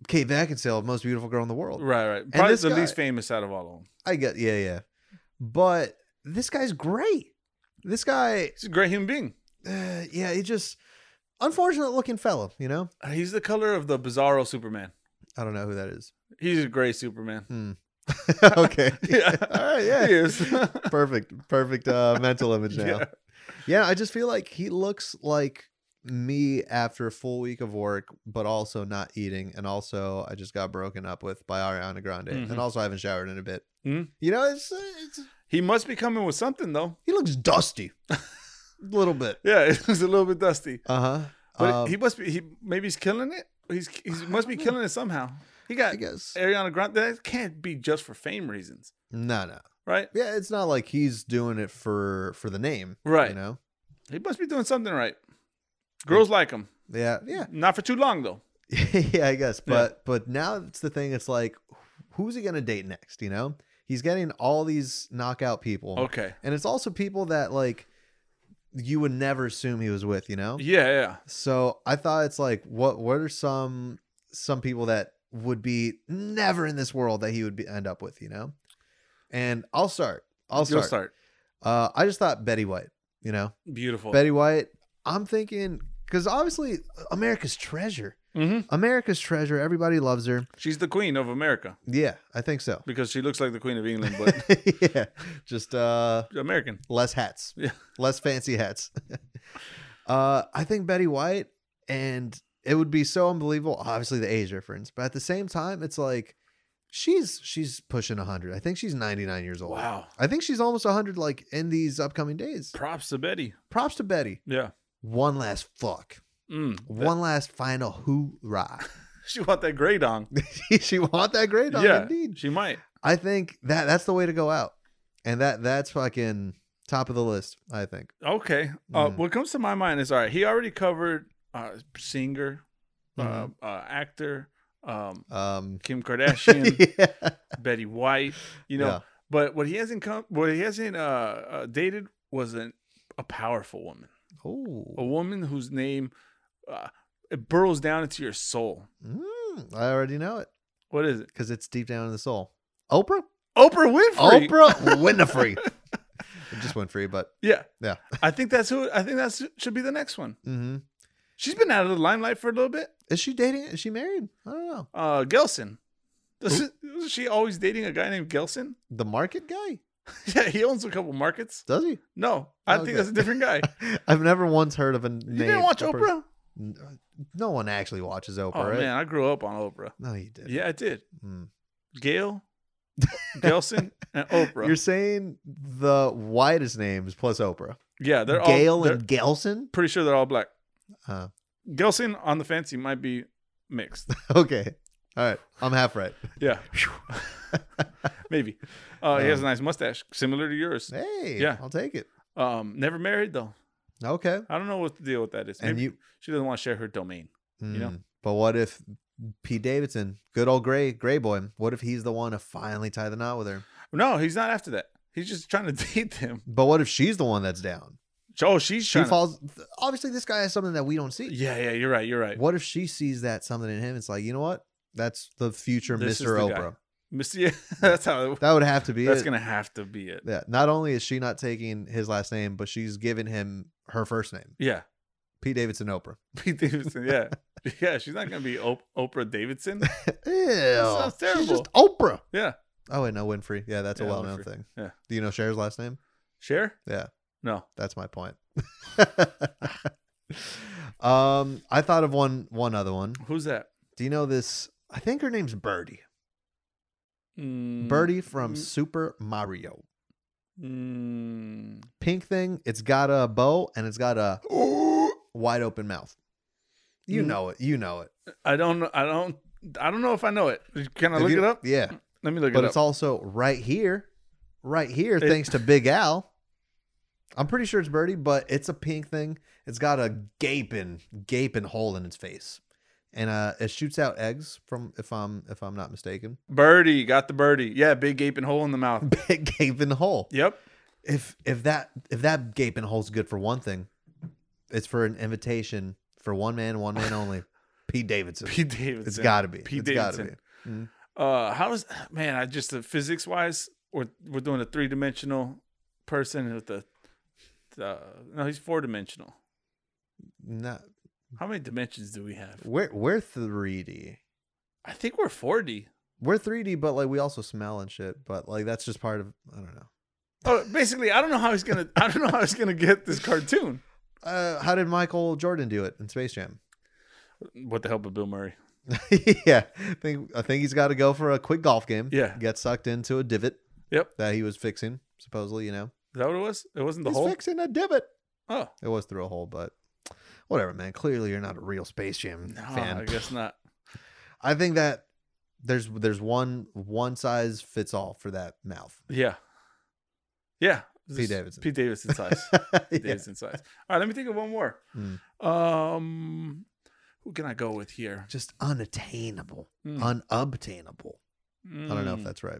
A: Kate Beckinsale, most beautiful girl in the world.
B: Right, right. Probably
A: this
B: the
A: guy-
B: least famous out of all of them.
A: I get. Yeah, yeah. But this guy's great. This guy,
B: He's a great human being.
A: uh, yeah, he just unfortunate looking fella. You know,
B: Uh, He's the color of the Bizarro Superman.
A: I don't know who that is.
B: He's a gray Superman.
A: Hmm. okay.
B: Yeah.
A: All right. Yeah.
B: He is.
A: perfect perfect uh mental image now yeah.
B: Yeah.
A: i just feel like he looks like me after a full week of work but also not eating and also i just got broken up with by ariana grande
B: Mhm.
A: and also i haven't showered in a bit
B: Mhm.
A: you know it's, it's
B: He must be coming with something though.
A: he looks dusty a little bit
B: Yeah, it was a little bit dusty,
A: uh-huh
B: but
A: Um,
B: he must be. He maybe he's killing it. He's he must be killing it somehow. He
A: i
B: got
A: guess
B: Ariana Grande. That can't be just for fame reasons,
A: no no
B: right?
A: yeah it's not like he's doing it for for the name
B: Right.
A: you know
B: He must be doing something right. Girls like him.
A: yeah yeah
B: Not for too long though.
A: yeah, I guess. But but now it's the thing. It's like, who's he gonna date next? You know, he's getting all these knockout people,
B: Okay.
A: and it's also people that like you would never assume he was with. You know,
B: Yeah, yeah.
A: so I thought it's like, what what are some some people that would be never in this world that he would be, end up with? You know, and I'll start. I'll
B: You'll
A: start.
B: start.
A: Uh, I just thought Betty White. You know,
B: Beautiful.
A: Betty White. I'm thinking because obviously America's treasure.
B: hmm
A: America's treasure. Everybody loves her.
B: She's the queen of America
A: Yeah, I think so.
B: because she looks like the queen of England, but
A: yeah, just uh,
B: American.
A: less hats,
B: Yeah.
A: less fancy hats. uh, I think Betty White, and it would be so unbelievable. Obviously, the age difference, but at the same time, it's like she's she's pushing hundred. I think she's ninety nine years old.
B: Wow.
A: I think she's almost hundred. Like in these upcoming days.
B: Props to Betty.
A: Props to Betty.
B: Yeah.
A: One last fuck.
B: Mm.
A: One last final hoorah.
B: She want that gray dong.
A: she want that great dog,
B: yeah.
A: indeed.
B: She might.
A: I think that that's the way to go out, and that that's fucking top of the list. I think.
B: Okay. Uh,
A: Mm.
B: What comes to my mind is all right. He already covered uh, singer,
A: Mhm.
B: uh, uh, actor, um,
A: Um,
B: Kim Kardashian,
A: yeah.
B: Betty White. You know,
A: Yeah.
B: but what he hasn't come, what he hasn't uh, uh, dated was an, a powerful woman, a
A: Oh,
B: woman whose name uh, it burrows down into your soul.
A: mm, I already know it
B: What is it?
A: because it's deep down in the soul. Oprah,
B: Oprah Winfrey.
A: Oprah Winfrey. it just went free, but
B: Yeah.
A: Yeah.
B: I think that's who. I think that's should be the next one.
A: hmm
B: She's been out of the limelight for a little bit.
A: is she dating? Is she married? I don't know.
B: Uh, Gelson. Does was she always dating a guy named Gelson?
A: The market guy
B: Yeah, he owns a couple markets.
A: does he?
B: No, I
A: Oh, Okay.
B: think that's a different guy.
A: I've never once heard of a
B: You
A: name.
B: didn't watch
A: Oprah-
B: Oprah?
A: N- uh, No one actually watches Oprah.
B: Oh
A: right?
B: man, I grew up on Oprah.
A: No, you did.
B: Yeah, I did.
A: Mm.
B: Gail, Gelson, and Oprah.
A: You're saying the widest names plus Oprah.
B: yeah, they're
A: Gale
B: all. They're,
A: and Gelson.
B: pretty sure they're all black.
A: Uh,
B: Gelson on the fancy might be mixed.
A: okay. All right. I'm half right.
B: Yeah, maybe. Uh, he has
A: Um,
B: a nice mustache, similar to yours.
A: hey.
B: Yeah.
A: I'll take it.
B: Um, never married though.
A: Okay.
B: I don't know what the deal with that is.
A: And
B: Maybe
A: you,
B: she doesn't want to share her domain.
A: mm,
B: know?
A: But what if Pete Davidson, good old gray gray boy? What if he's the one to finally tie the knot with her?
B: No, he's not after that. He's just trying to date them.
A: But what if she's the one that's down?
B: Oh, she's
A: She
B: trying. to,
A: falls. th- Obviously, this guy has something that we don't see.
B: yeah, yeah, you're right. You're right.
A: What if she sees that something in him? It's like you know what? That's the future
B: This is
A: Mr.
B: the guy.
A: Oprah.
B: Miss- yeah, that's how. It,
A: That would have to be.
B: that's
A: it.
B: gonna have to be it.
A: Yeah. Not only is she not taking his last name, but she's giving him her first name,
B: Yeah,
A: Pete Davidson Oprah.
B: Pete Davidson. Yeah, yeah. She's not gonna be Op- Oprah Davidson.
A: Ew.
B: sounds
A: She's
B: terrible.
A: just Oprah.
B: Yeah.
A: Oh wait, no Winfrey. Yeah, that's a
B: Yeah,
A: well-known
B: Winfrey.
A: thing.
B: Yeah.
A: Do you know Cher's last name?
B: Share?
A: Yeah.
B: No.
A: That's my point. um, I thought of one one other one.
B: Who's that?
A: Do you know this? I think her name's Birdie.
B: Mm,
A: Birdie from
B: mm,
A: Super Mario.
B: Mm,
A: Pink thing. It's got a bow and it's got a wide open mouth. You
B: Mm.
A: know it. You know it.
B: I don't. know- I don't. I don't know if I know it. Can I
A: If
B: look
A: you-
B: it up?
A: Yeah.
B: Let me look
A: but
B: it
A: it's
B: up.
A: also right here, right here,
B: It-
A: thanks to Big Al. I'm pretty sure it's birdie, but it's a pink thing. It's got a gaping, gaping hole in its face, and uh, it shoots out eggs from if I'm if I'm not mistaken.
B: Birdie got the birdie. Yeah, big gaping hole in the mouth.
A: Big gaping hole.
B: Yep.
A: If if that if that gaping hole's good for one thing, it's for an invitation for one man, one man only. Pete Davidson.
B: Pete Davidson.
A: It's got to be. Pete
B: Pete Davidson.
A: Davidson. Gotta be. Mhm.
B: Uh, how does man? I just the physics wise, we're we're doing a three dimensional person with the, the no, he's four dimensional.
A: Not-
B: How many dimensions do we have?
A: we're we're 3D.
B: I think we're four D.
A: We're 3D, but like we also smell and shit. But like that's just part of I don't know.
B: Oh, basically, I don't know how he's gonna. I don't know how he's gonna get this cartoon.
A: Uh, how did Michael Jordan do it in Space Jam?
B: What the hell, but Bill Murray?
A: yeah, I think I think he's got to go for a quick golf game.
B: Yeah.
A: get sucked into a divot.
B: Yep.
A: that he was fixing supposedly. You know,
B: Is that what it was? It wasn't the
A: he's
B: whole.
A: fixing a divot.
B: Oh
A: It was through a hole, but whatever, man. Clearly, you're not a real Space Jam
B: no,
A: fan.
B: I guess not.
A: I think that there's there's one one size fits all for that mouth.
B: Yeah, yeah.
A: Pete Davidson.
B: Pete Davidson size. Pete
A: Yeah.
B: Davidson size. All right, let me think of one more.
A: Mm.
B: Hmm. Um, who can I go with here?
A: Just unattainable,
B: Hmm.
A: unobtainable. I don't know if
B: Mm,
A: that's right.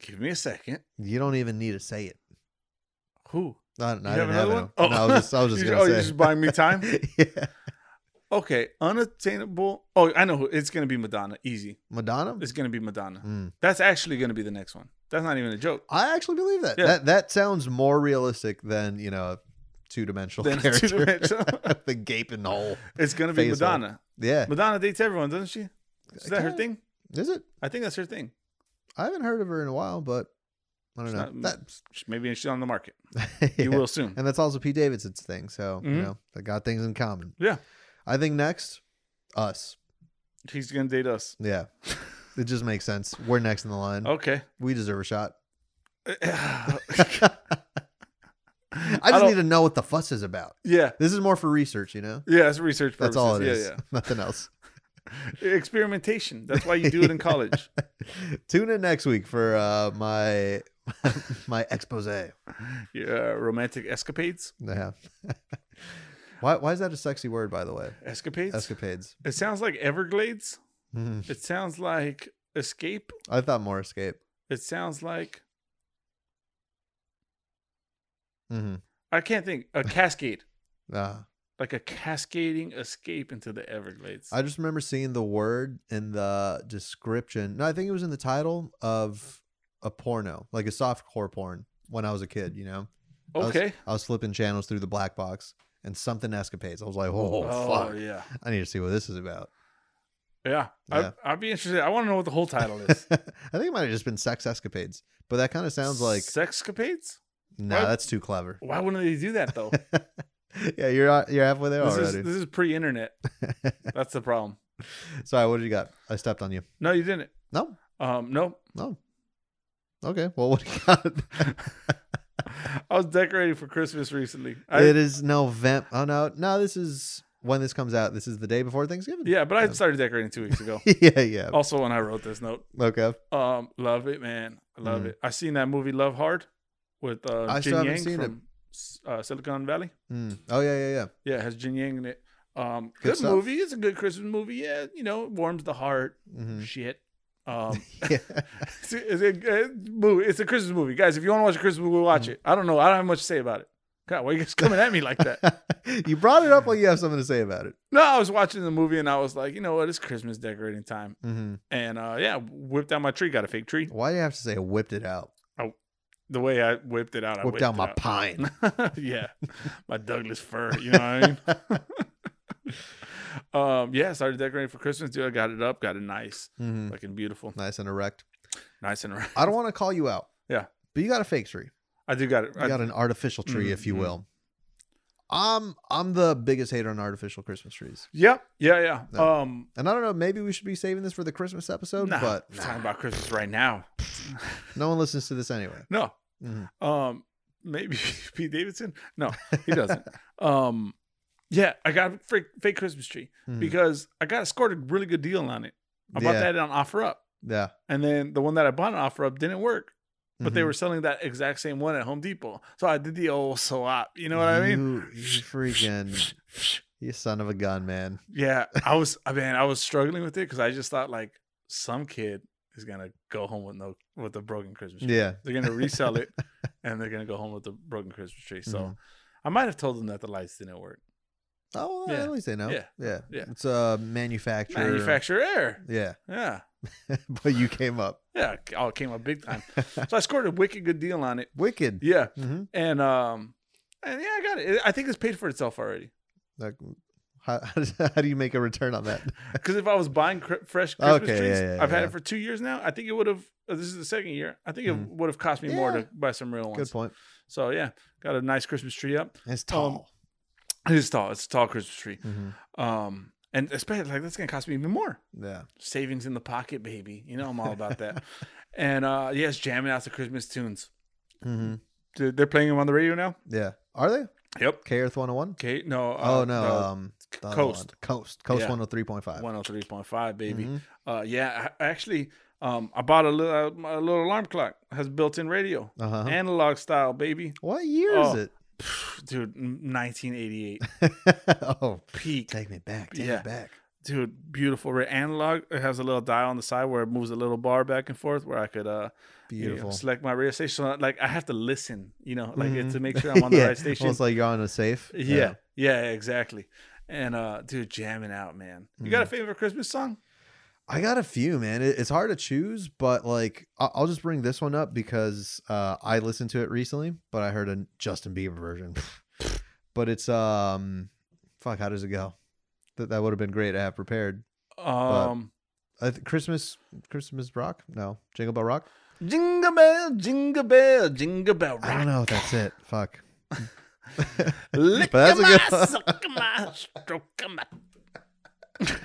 B: Give me a second.
A: You don't even need to say it.
B: Who?
A: I, don't- I
B: You
A: didn't have
B: another
A: it.
B: one?
A: on- No, I was just, I was just
B: You-
A: gonna
B: oh,
A: say.
B: you're just buying me time.
A: yeah,
B: Okay, unattainable. Oh, I know who. It's gonna be Madonna. Easy.
A: Madonna.
B: It's gonna be Madonna.
A: Mm.
B: That's actually gonna be the next one. That's not even a joke.
A: I actually believe that.
B: Yeah.
A: That that sounds more realistic than you know, two dimensional
B: Than a
A: character.
B: two-dimensional.
A: the gaping hole.
B: It's gonna be
A: Phase one.
B: Madonna.
A: Yeah,
B: Madonna dates everyone, doesn't she? Is that her
A: Yeah.
B: thing?
A: is it?
B: I think that's her thing.
A: I haven't heard of her in a while, but I
B: It's
A: don't know.
B: not- Maybe she's on the market.
A: that
B: You
A: yeah.
B: will soon.
A: and that's also Pete Davidson's thing. So you
B: Mhm.
A: know, they got things in common.
B: Yeah.
A: I think next, us.
B: He's gonna date us.
A: Yeah, it just makes sense. We're next in the line.
B: Okay.
A: We deserve a shot.
B: I
A: I just
B: don't-
A: need to know what the fuss is about.
B: Yeah.
A: This is more for research, you know.
B: Yeah, it's research
A: That's
B: purposes.
A: all it
B: yeah,
A: is. Nothing else.
B: yeah. Experimentation. That's why you do it in college.
A: Tune in next week for uh, my my expose.
B: Yeah, romantic escapades.
A: Yeah. why why is that a sexy word by the way?
B: Escapades.
A: Escapades.
B: it sounds like Everglades.
A: Mhm.
B: It sounds like escape.
A: I thought more escape.
B: It sounds like
A: hmm
B: I can't think. A cascade.
A: Uh,
B: Like a cascading escape into the Everglades.
A: I just remember seeing the word in the description. No, I think it was in the title of a porno, like a soft core porn when I was a kid, you know. I was-
B: okay.
A: I was flipping channels through the black box and something escapades. I was like, "Oh, fuck.
B: yeah.
A: I need to see what this is about."
B: Yeah.
A: Yeah.
B: I, I'd be interested. I want to know what the whole title
A: I
B: is.
A: think it might have just been sex escapades, but that kind of sounds like
B: Sexcapades?
A: no,
B: What?
A: that's too clever.
B: Why wouldn't they do that though?
A: yeah, you're you're halfway there
B: this, is,
A: already.
B: this is pre internet. That's the problem.
A: Sorry, what did you got? I stepped on you.
B: No, you didn't.
A: No,
B: Um, no.
A: no. Okay, well, what do you got?
B: I was decorating for Christmas recently. I,
A: it is November. Oh no, no, this is when this comes out. This is the day before Thanksgiving.
B: yeah, but I started decorating two weeks ago.
A: yeah, yeah.
B: also, when I wrote this note,
A: Okay,
B: um, love it, man. I love
A: Mhm.
B: it. I seen that movie Love Hard with uh,
A: I
B: Jin
A: still haven't
B: Yang
A: seen it.
B: from S- uh, Silicon Valley.
A: Mm. Oh yeah, yeah, yeah.
B: Yeah, it has Jin Yang in it. Um,
A: Good
B: good
A: stuff.
B: movie. It's a good Christmas movie. Yeah, you know, it warms the heart.
A: Mhm.
B: Shit. Um,
A: yeah.
B: It's a, it's, a, good movie. it's a Christmas movie, guys. If you want to watch a Christmas movie,
A: Mm.
B: watch it. I don't know. I don't have much to say about it. God, why are you guys coming at me like that?
A: you brought it up like you have something to say about it.
B: no, I was watching the movie and I was like, you know what? It's Christmas decorating time,
A: hmm
B: and uh, yeah, whipped out my tree. Got a fake tree.
A: Why do you have to say whipped it out?
B: The way I whipped it out, I
A: whipped out my
B: it
A: pine.
B: out. yeah, my Douglas fir. You know what I mean? um, yeah, started decorating for Christmas. Dude, I got it up. Got it nice,
A: Mhm.
B: looking beautiful,
A: Nice and erect.
B: nice and round.
A: I don't want to call you out.
B: Yeah.
A: But you got a fake tree.
B: I do got it.
A: You
B: I,
A: got an artificial tree, if you
B: Mhm.
A: will. I'm I'm the biggest hater on artificial Christmas trees.
B: yep. Yeah. Yeah.
A: No.
B: Um.
A: And I don't know, maybe we should be saving this for the Christmas episode,
B: nah,
A: but
B: we're talking about Christmas right now.
A: no one listens to this anyway.
B: No.
A: Mhm.
B: Um, maybe Pete Davidson. No, he doesn't. um, yeah, I got a fake, fake Christmas tree
A: Mhm.
B: because I got scored a really good deal on it. I bought
A: yeah.
B: that on OfferUp,
A: Yeah.
B: and then the one that I bought on OfferUp didn't work. but
A: Mm-hmm.
B: they were selling that exact same one at Home Depot. So I did the old swap. You know what I mean?
A: You, you freaking, you son of a gun, man.
B: Yeah, I was. I mean, I was struggling with it because I just thought like some kid is gonna go home with no with a broken Christmas tree.
A: Yeah.
B: They're gonna resell it, and they're gonna go home with a broken Christmas tree. So
A: Mhm.
B: I might have told them that the lights didn't work.
A: Oh, well,
B: Yeah.
A: at least they know.
B: Yeah.
A: yeah,
B: Yeah.
A: It's a manufacturer.
B: Manufacturer,
A: Yeah,
B: yeah,
A: but you came up
B: yeah, all came up big time. so I scored a wicked good deal on it.
A: wicked.
B: Yeah,
A: Mm-hmm.
B: and um, and yeah, I got it. I think it's paid for itself already.
A: Like, how, how do you make a return on that?
B: Because if I was buying cr- fresh Christmas
A: Okay,
B: trees,
A: yeah, yeah,
B: I've had
A: yeah.
B: it for two years now. I think it would have. This is the second year. I think it
A: Mhm.
B: would have cost me more
A: Yeah.
B: to buy some real
A: Good
B: ones.
A: point.
B: So yeah, got a nice Christmas tree up. Um,
A: It's tall.
B: It is tall. It's a tall Christmas tree.
A: Mhm.
B: Um, and especially like that's gonna cost me even more.
A: Yeah.
B: Savings in the pocket, baby. You know I'm all about that. and uh yeah, it's jamming out the Christmas tunes.
A: hmm
B: They're they're playing them on the radio now.
A: Yeah. Are they?
B: Yep.
A: K Earth 101?
B: Okay. No. uh,
A: oh, no. Um, the other
B: Coast.
A: one. oh Coast. Coast
B: Yeah.
A: 103.5.
B: 103.5, baby.
A: Mhm.
B: Uh, yeah. I, I actually, um, I bought a little, a little alarm clock. It has built-in radio,
A: Uh-huh.
B: analog style, baby.
A: what year
B: Oh.
A: is it?
B: Dude, 1988
A: oh,
B: peak.
A: take me back. Take
B: Yeah.
A: me back.
B: dude beautiful Re- analog it has a little dial on the side where it moves a little bar back and forth where i could uh you know,
A: Beautiful.
B: select my radio station So, like i have to listen you know like
A: Mhm.
B: to make sure i'm on the
A: Yeah.
B: right station
A: Almost like you're on a safe.
B: yeah. yeah exactly and uh dude jamming out man you got a
A: Mm-hmm.
B: favorite christmas song
A: I got a few, man. It- It's hard to choose, but like I- I'll just bring this one up because uh, I listened to it recently, but I heard a Justin Bieber version. but it's um, fuck, how does it go? That that would have been great to have prepared.
B: um
A: I th- Christmas, Christmas rock? No, Jingle Bell Rock.
B: jingle bell jingle bell jingle bell
A: I don't know if that's it. Fuck.
B: lick
A: that's a
B: my,
A: good one.
B: suck my, stroke my.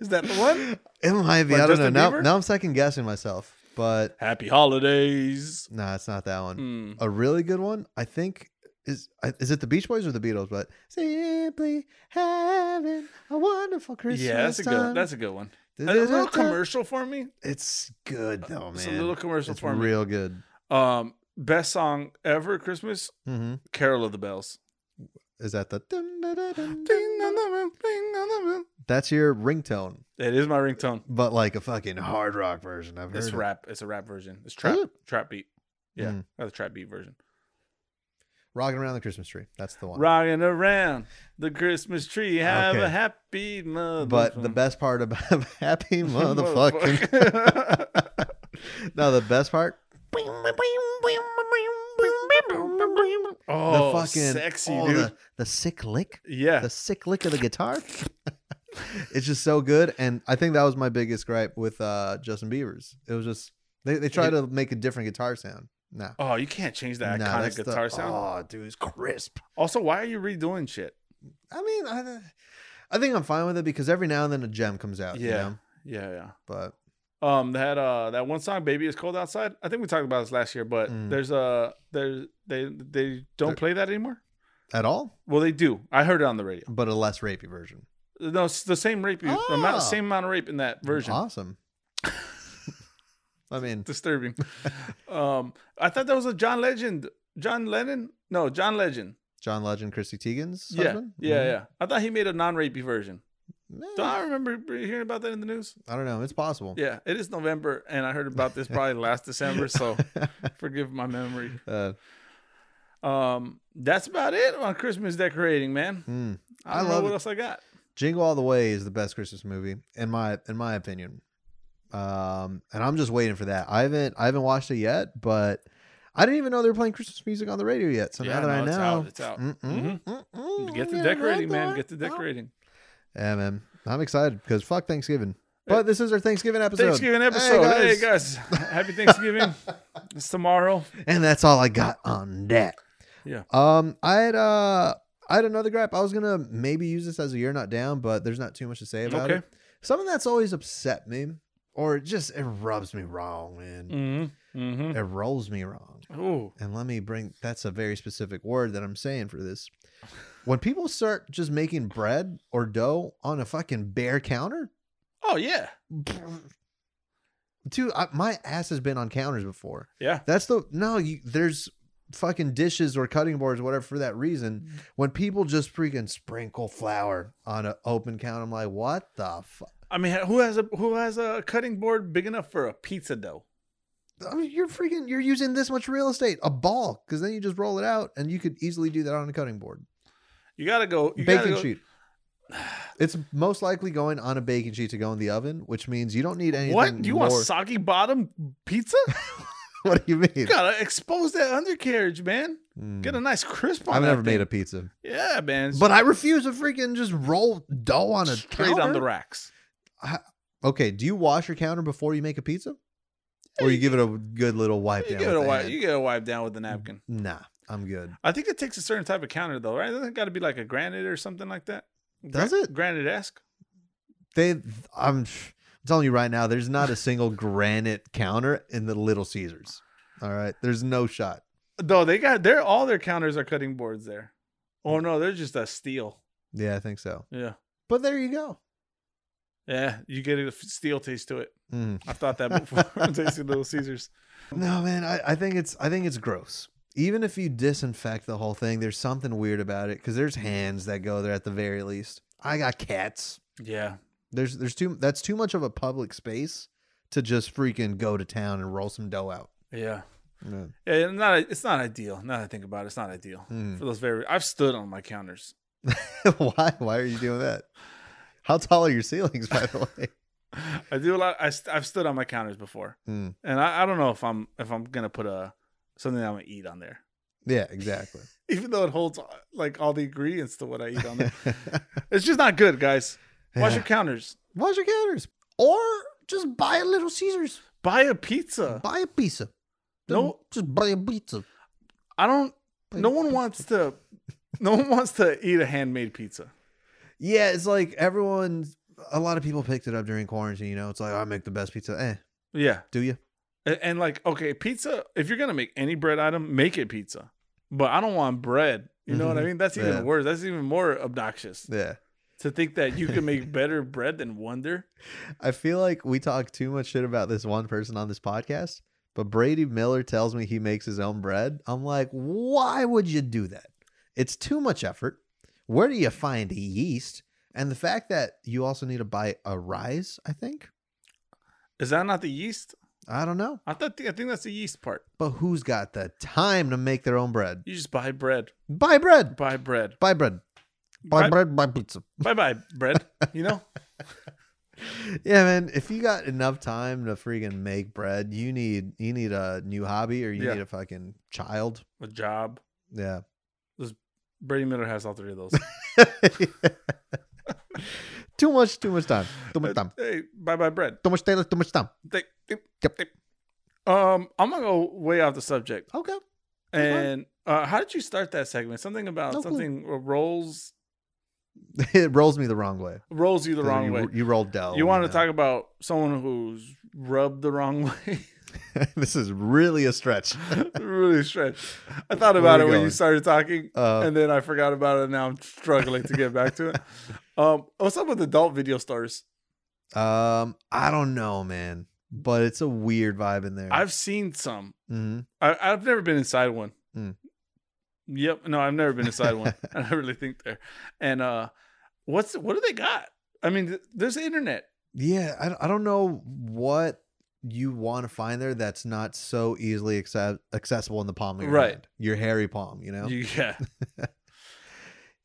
B: is that the one
A: It might be.
B: By
A: I don't
B: Justin
A: know. Now,
B: Bieber?
A: now I'm second guessing myself, but
B: happy holidays
A: no, it's not that one.
B: Hmm.
A: a really good one i think is I- is it the beach boys or the beatles but simply having a wonderful christmas
B: yeah that's a
A: time.
B: good that's a good one
A: Da-
B: a
A: da-
B: little
A: da-
B: commercial for me.
A: it's good though man
B: It's a little commercial
A: It's
B: for
A: real good
B: me. Um, best song ever, Christmas,
A: hmm
B: Carol of the Bells.
A: is that the dun, dun, dun, dun, dun, dun.
B: That
A: that's your ringtone
B: is my ringtone.
A: but like a fucking hard rock version i've heard
B: It's
A: it.
B: rap. It's a rap version. It's trap.
A: it?
B: Trap beat. Yeah,
A: Mm.
B: that's a trap beat version.
A: rocking around the christmas tree that's the one
B: Rocking around the Christmas tree, have
A: Okay.
B: a happy mother.
A: but the best part about happy motherfucking no the best part
B: oh,
A: the fucking
B: sexy
A: oh,
B: dude.
A: The, the sick lick
B: yeah,
A: the sick lick of the guitar it's just so good and i think that was my biggest gripe with uh justin bieber's it was just they, they try to make a different guitar sound nah
B: Oh, you can't change that
A: Nah,
B: iconic
A: that's the-
B: guitar sound.
A: oh dude it's crisp
B: Also, why are you redoing shit?
A: i mean i, I think i'm fine with it because every now and then a gem comes out yeah you
B: Yeah.
A: know?
B: Yeah, yeah.
A: but
B: Um, that uh, that one song, "Baby It's Cold Outside." I think we talked about this last year, but
A: Mm.
B: there's a there's they they don't
A: There-
B: play that anymore.
A: at all
B: Well, they do. I heard it on the radio.
A: but a less rapey version
B: No, it's the same rape, amount,
A: Ah.
B: same amount of rape in that version.
A: awesome i mean
B: Disturbing. um, I thought that was a John Legend, John Lennon. No, John Legend.
A: john legend chrissy teigen's
B: Yeah,
A: husband?
B: yeah,
A: Mhm.
B: yeah. I thought he made a non-rapey version. Do
A: Eh,
B: I remember hearing about that in the news?
A: i don't know it's possible
B: Yeah, it is November, and I heard about this probably last December. So forgive my memory.
A: uh,
B: Um, that's about it on Christmas decorating, man.
A: mm.
B: I
A: I
B: don't know
A: love
B: what
A: it.
B: else I got.
A: Jingle All the Way is the best Christmas movie in my in my opinion. Um, and I'm just waiting for that. I haven't I haven't watched it yet, but I didn't even know they were playing Christmas music on the radio yet. So
B: Yeah,
A: now that
B: no, it's
A: I know,
B: out, it's out. Mm-hmm.
A: Mm-mm, mm-mm,
B: Mm, Get the
A: yeah,
B: decorating,
A: right
B: man.
A: there.
B: Get the decorating.
A: Yeah, man. I'm excited because fuck Thanksgiving. But this is our Thanksgiving episode.
B: Thanksgiving
A: Oh. Hey,
B: episode. Hey
A: guys.
B: guys, happy Thanksgiving. it's tomorrow.
A: And that's all I got on that.
B: Yeah.
A: Um, I had uh I had another gripe. I was gonna maybe use this as a year not down, but there's not too much to say about
B: Okay.
A: it. Something that's always upset me, or it just it rubs me wrong, man.
B: Mm-hmm.
A: It rolls me wrong.
B: Mm-hmm. Ooh.
A: And let me bring that's a very specific word that I'm saying for this. When people start just making bread or dough on a fucking bare counter,
B: Oh yeah.
A: dude, I, my ass has been on counters before.
B: Yeah.
A: That's the no. You, there's fucking dishes or cutting boards, or whatever, for that reason. When people just freaking sprinkle flour on an open counter, I'm like, what the fuck?
B: I mean, who has a who has a cutting board big enough for a pizza dough?
A: I mean, you're freaking, you're using this much real estate, a ball, because then you just roll it out, and you could easily do that on a cutting board.
B: You gotta go. You gotta
A: baking
B: go-
A: sheet. It's most likely going on a baking sheet to go in the oven, which means you don't need anything.
B: What? You want
A: more-
B: soggy bottom pizza?
A: what do you mean?
B: you gotta expose that undercarriage, man.
A: Mm.
B: Get a nice crisp on
A: I've
B: that
A: never
B: thing.
A: made a pizza,
B: Yeah, man.
A: but I refuse to freaking just roll dough on a
B: straight on the
A: counter.
B: racks.
A: Okay, do you wash your counter before you make a pizza, or you give it a good little wipe
B: You
A: down?
B: get
A: with
B: a
A: Mm. the
B: wipe.
A: hand?
B: You get a wipe down with a napkin.
A: Nah, I'm good.
B: I think it takes a certain type of counter though, right? Doesn't got to be like a granite or something like that.
A: Does it?
B: Granite esque.
A: They, I'm, I'm telling you right now, there's not a single granite counter in the Little Caesars. All right, there's no shot.
B: Though they got their all their counters are cutting boards there. Oh no, they're just a steel.
A: Yeah, I think so.
B: Yeah,
A: But there you go.
B: yeah. You get a f- steel taste to it.
A: Mm.
B: I thought that before when tasting Little Caesars.
A: No, man, I, I think it's I think it's gross. Even if you disinfect the whole thing, there's something weird about it because there's hands that go there at the very least. I got cats.
B: Yeah,
A: There's there's too that's too much of a public space to just freaking go to town and roll some dough out.
B: yeah.
A: Yeah.
B: Yeah, it's not it's not ideal. Now that I think about it, it's not ideal
A: Mm.
B: for those very. I've stood on my counters.
A: why why are you doing that? How tall are your ceilings, by the way?
B: I do a lot. I st- I've stood on my counters before,
A: Mm.
B: and I, I don't know if I'm if I'm gonna put a something that I'm gonna eat on there,
A: Yeah, exactly.
B: even though it holds like all the ingredients to what I eat on there. it's just not good, guys. Wash your counters.
A: Wash your counters, or just buy a Little Caesars.
B: Buy a pizza.
A: Buy a pizza.
B: No.
A: just buy a pizza.
B: I don't. No one wants to. No one wants to eat a handmade pizza.
A: Yeah, it's like everyone. A lot of people picked it up during quarantine. You know, it's like "Oh, I make the best pizza. Eh,
B: Yeah,
A: do you?
B: and, and like okay, pizza. If you're gonna make any bread item, make it pizza. But I don't want bread. You know what I
A: Mhm.
B: mean? That's even
A: Yeah.
B: worse. That's even more obnoxious
A: Yeah.
B: to think that you can make better bread than Wonder.
A: I feel like we talk too much shit about this one person on this podcast. But Brady Miller tells me he makes his own bread. I'm like, why would you do that? It's too much effort. Where do you find yeast? And the fact that you also need to buy a rise, I think.
B: Is that not the yeast?
A: I don't know.
B: I thought the, I think that's the yeast part.
A: But who's got the time to make their own bread?
B: You just buy bread.
A: Buy bread.
B: Buy bread.
A: Buy bread. Buy
B: Buy-
A: bread. Buy pizza.
B: Bye bye bread. You know?
A: Yeah, man. If you got enough time to freaking make bread, you need you need a new hobby or you
B: Yeah.
A: need a fucking child.
B: A job.
A: Yeah.
B: Brady Miller has all three of those.
A: too much, too much time. Too much time.
B: Uh, hey, bye bye bread.
A: Too much Taylor, too much time.
B: Thick, thick,
A: Yep.
B: thick. Um, I'm gonna go way off the subject.
A: Okay.
B: And uh, how did you start that segment? Something about
A: No clue.
B: something uh, rolls
A: It rolls me the wrong way.
B: rolls you the wrong
A: you,
B: way.
A: You rolled dough.
B: you want to
A: know.
B: talk about someone who's rubbed the wrong way?
A: this is really a stretch.
B: really stretched. I thought about it
A: are we
B: when you
A: going?
B: started talking,
A: Uh,
B: and then I forgot about it. And now I'm struggling to get back to it. Um, what's up with adult video stars?
A: um, I don't know, man. But it's a weird vibe in there.
B: I've seen some.
A: hmm
B: I, I've never been inside one.
A: Mm.
B: Yep. No, I've never been inside one. I don't really think there. And uh, what's what do they got? I mean, th- there's the internet.
A: Yeah, I, I don't know what you want to find there that's not so easily acce- accessible in the palm of your
B: Right.
A: hand, your hairy palm. You know,
B: You- yeah.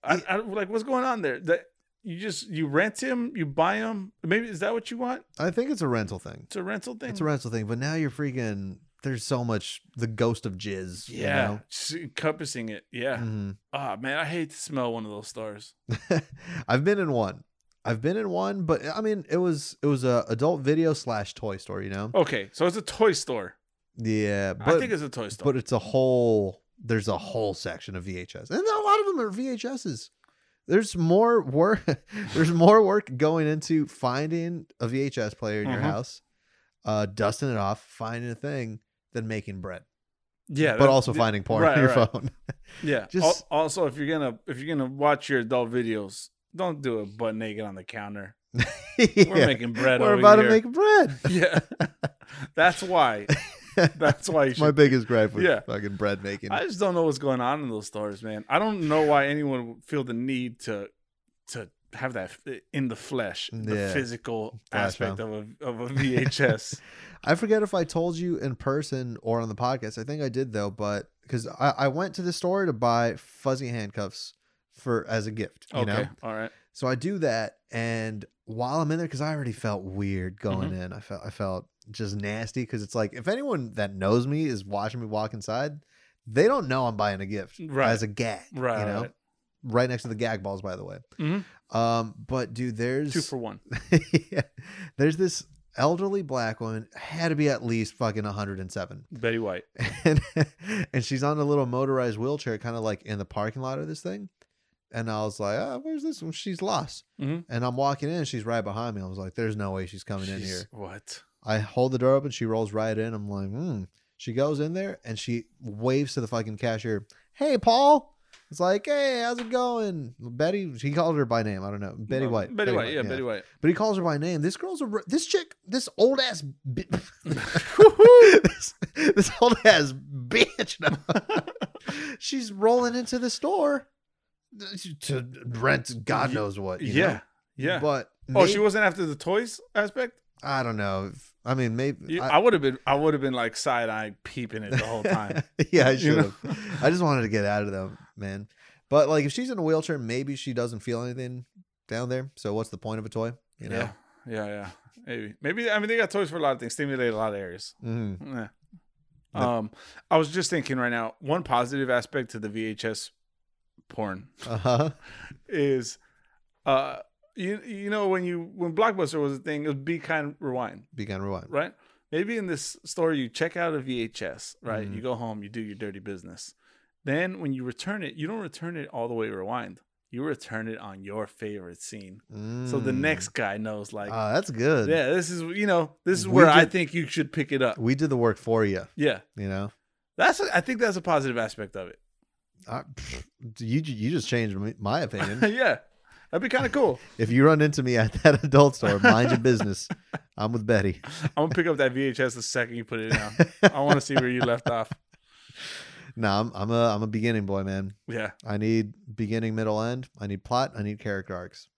B: I, I don't- like what's going on there. That you just you rent him, you buy him. Maybe is that what you want?
A: I think it's a rental thing.
B: It's a rental thing.
A: It's a rental thing, but now you're freaking. There's so much the ghost of jizz. you
B: Yeah,
A: know?
B: just encompassing it. Yeah.
A: Mhm.
B: Ah, man, I hate to smell one of those stars.
A: I've been in one. I've been in one, but I mean, it was it was a adult video slash toy store. You know,
B: Okay, so it's a toy store.
A: yeah,
B: Oh, I
A: but
B: think it's a toy store.
A: but it's a whole. There's a whole section of VHS, and a lot of them are VHSs. There's more work. there's more work going into finding a VHS player in your
B: Mhm.
A: house, uh, dusting it off, finding a thing, than making bread,
B: yeah,
A: but
B: that-
A: also finding porn
B: Uh, right,
A: on your
B: right.
A: phone.
B: yeah.
A: just-
B: Al- also, if you're gonna if you're gonna watch your adult videos, don't do it butt naked on the counter. We're making bread.
A: We're
B: over
A: about
B: here.
A: to make bread.
B: Yeah, that's why. That's why. You should,
A: My biggest gripe with
B: Yeah.
A: fucking bread making.
B: I just don't know what's going on in those stores, man. I don't know why anyone would feel the need to to have that f- in the flesh, the
A: Yeah.
B: physical
A: Flash
B: aspect of a of a VHS.
A: I forget if I told you in person or on the podcast. I think I did though, but because I, I went to the store to buy fuzzy handcuffs for as a gift. You
B: okay,
A: know?
B: all right.
A: So I do that, and while I'm in there, because I already felt weird going
B: Mm-hmm.
A: in, I felt I felt just nasty because it's like if anyone that knows me is watching me walk inside, they don't know I'm buying a gift
B: Right.
A: as a gag,
B: Right,
A: You know,
B: right.
A: right next to the gag balls, by the way.
B: Mhm.
A: Um, but dude, there's
B: Two for one.
A: yeah, there's this elderly black woman had to be at least fucking 107
B: Betty White.
A: and and she's on a little motorized wheelchair, kind of like in the parking lot of this thing. And I was like, oh, where's this one? She's lost.
B: Mhm.
A: And I'm walking in, she's right behind me. I was like, there's no way she's coming in
B: Jeez,
A: here.
B: What?
A: I hold the door open, she rolls right in. I'm like, hmm. She goes in there and she waves to the fucking cashier, hey, Paul. It's like, hey, how's it going? Betty, he called her by name. I don't know. Betty
B: No,
A: White.
B: Betty, White. Yeah, Betty White.
A: But he calls her by name. This girl's a r- this chick, this old ass, bi- this, this old ass bitch. No. She's rolling into the store to rent God knows what. you
B: yeah,
A: know?
B: yeah.
A: But
B: oh,
A: may-
B: she wasn't after the toys aspect.
A: I don't know. if- I mean, maybe.
B: You,
A: I-
B: I, would have been. I would have been like side eye peeping it the whole time.
A: yeah, I
B: You
A: should
B: know?
A: have. I just wanted to get out of them, man. But like, if she's in a wheelchair, maybe she doesn't feel anything down there. So what's the point of a toy? You know.
B: Yeah, yeah, yeah. Maybe, maybe. I mean, they got toys for a lot of things. Stimulate a lot of areas.
A: Mhm.
B: Yeah.
A: The-
B: Um, I was just thinking right now. One positive aspect to the VHS porn
A: Uh-huh.
B: is, uh, you you know when you when Blockbuster was a thing, it was Be Kind Rewind,
A: Began rewind.
B: right? Maybe in this store you check out a VHS, right?
A: Mhm.
B: You go home, you do your dirty business. Then when you return it, you don't return it all the way rewind. You return it on your favorite scene, so the
A: Mm.
B: next guy knows like.
A: Ah, that's good.
B: yeah, this is you know this is
A: We
B: where I
A: did-
B: think you should pick it up.
A: we did the work for you.
B: Yeah,
A: You know,
B: That's a, I think that's a positive aspect of it.
A: I, pfft, you you just changed my- my opinion.
B: yeah, that'd be kind of cool.
A: if you run into me at that adult store, mind your business. I'm with Betty.
B: I'm gonna pick up that VHS the second you put it down. I want to see where you left off.
A: No, I'm I'm a I'm a beginning boy, man.
B: Yeah,
A: I need beginning, middle, end. I need plot. I need character arcs.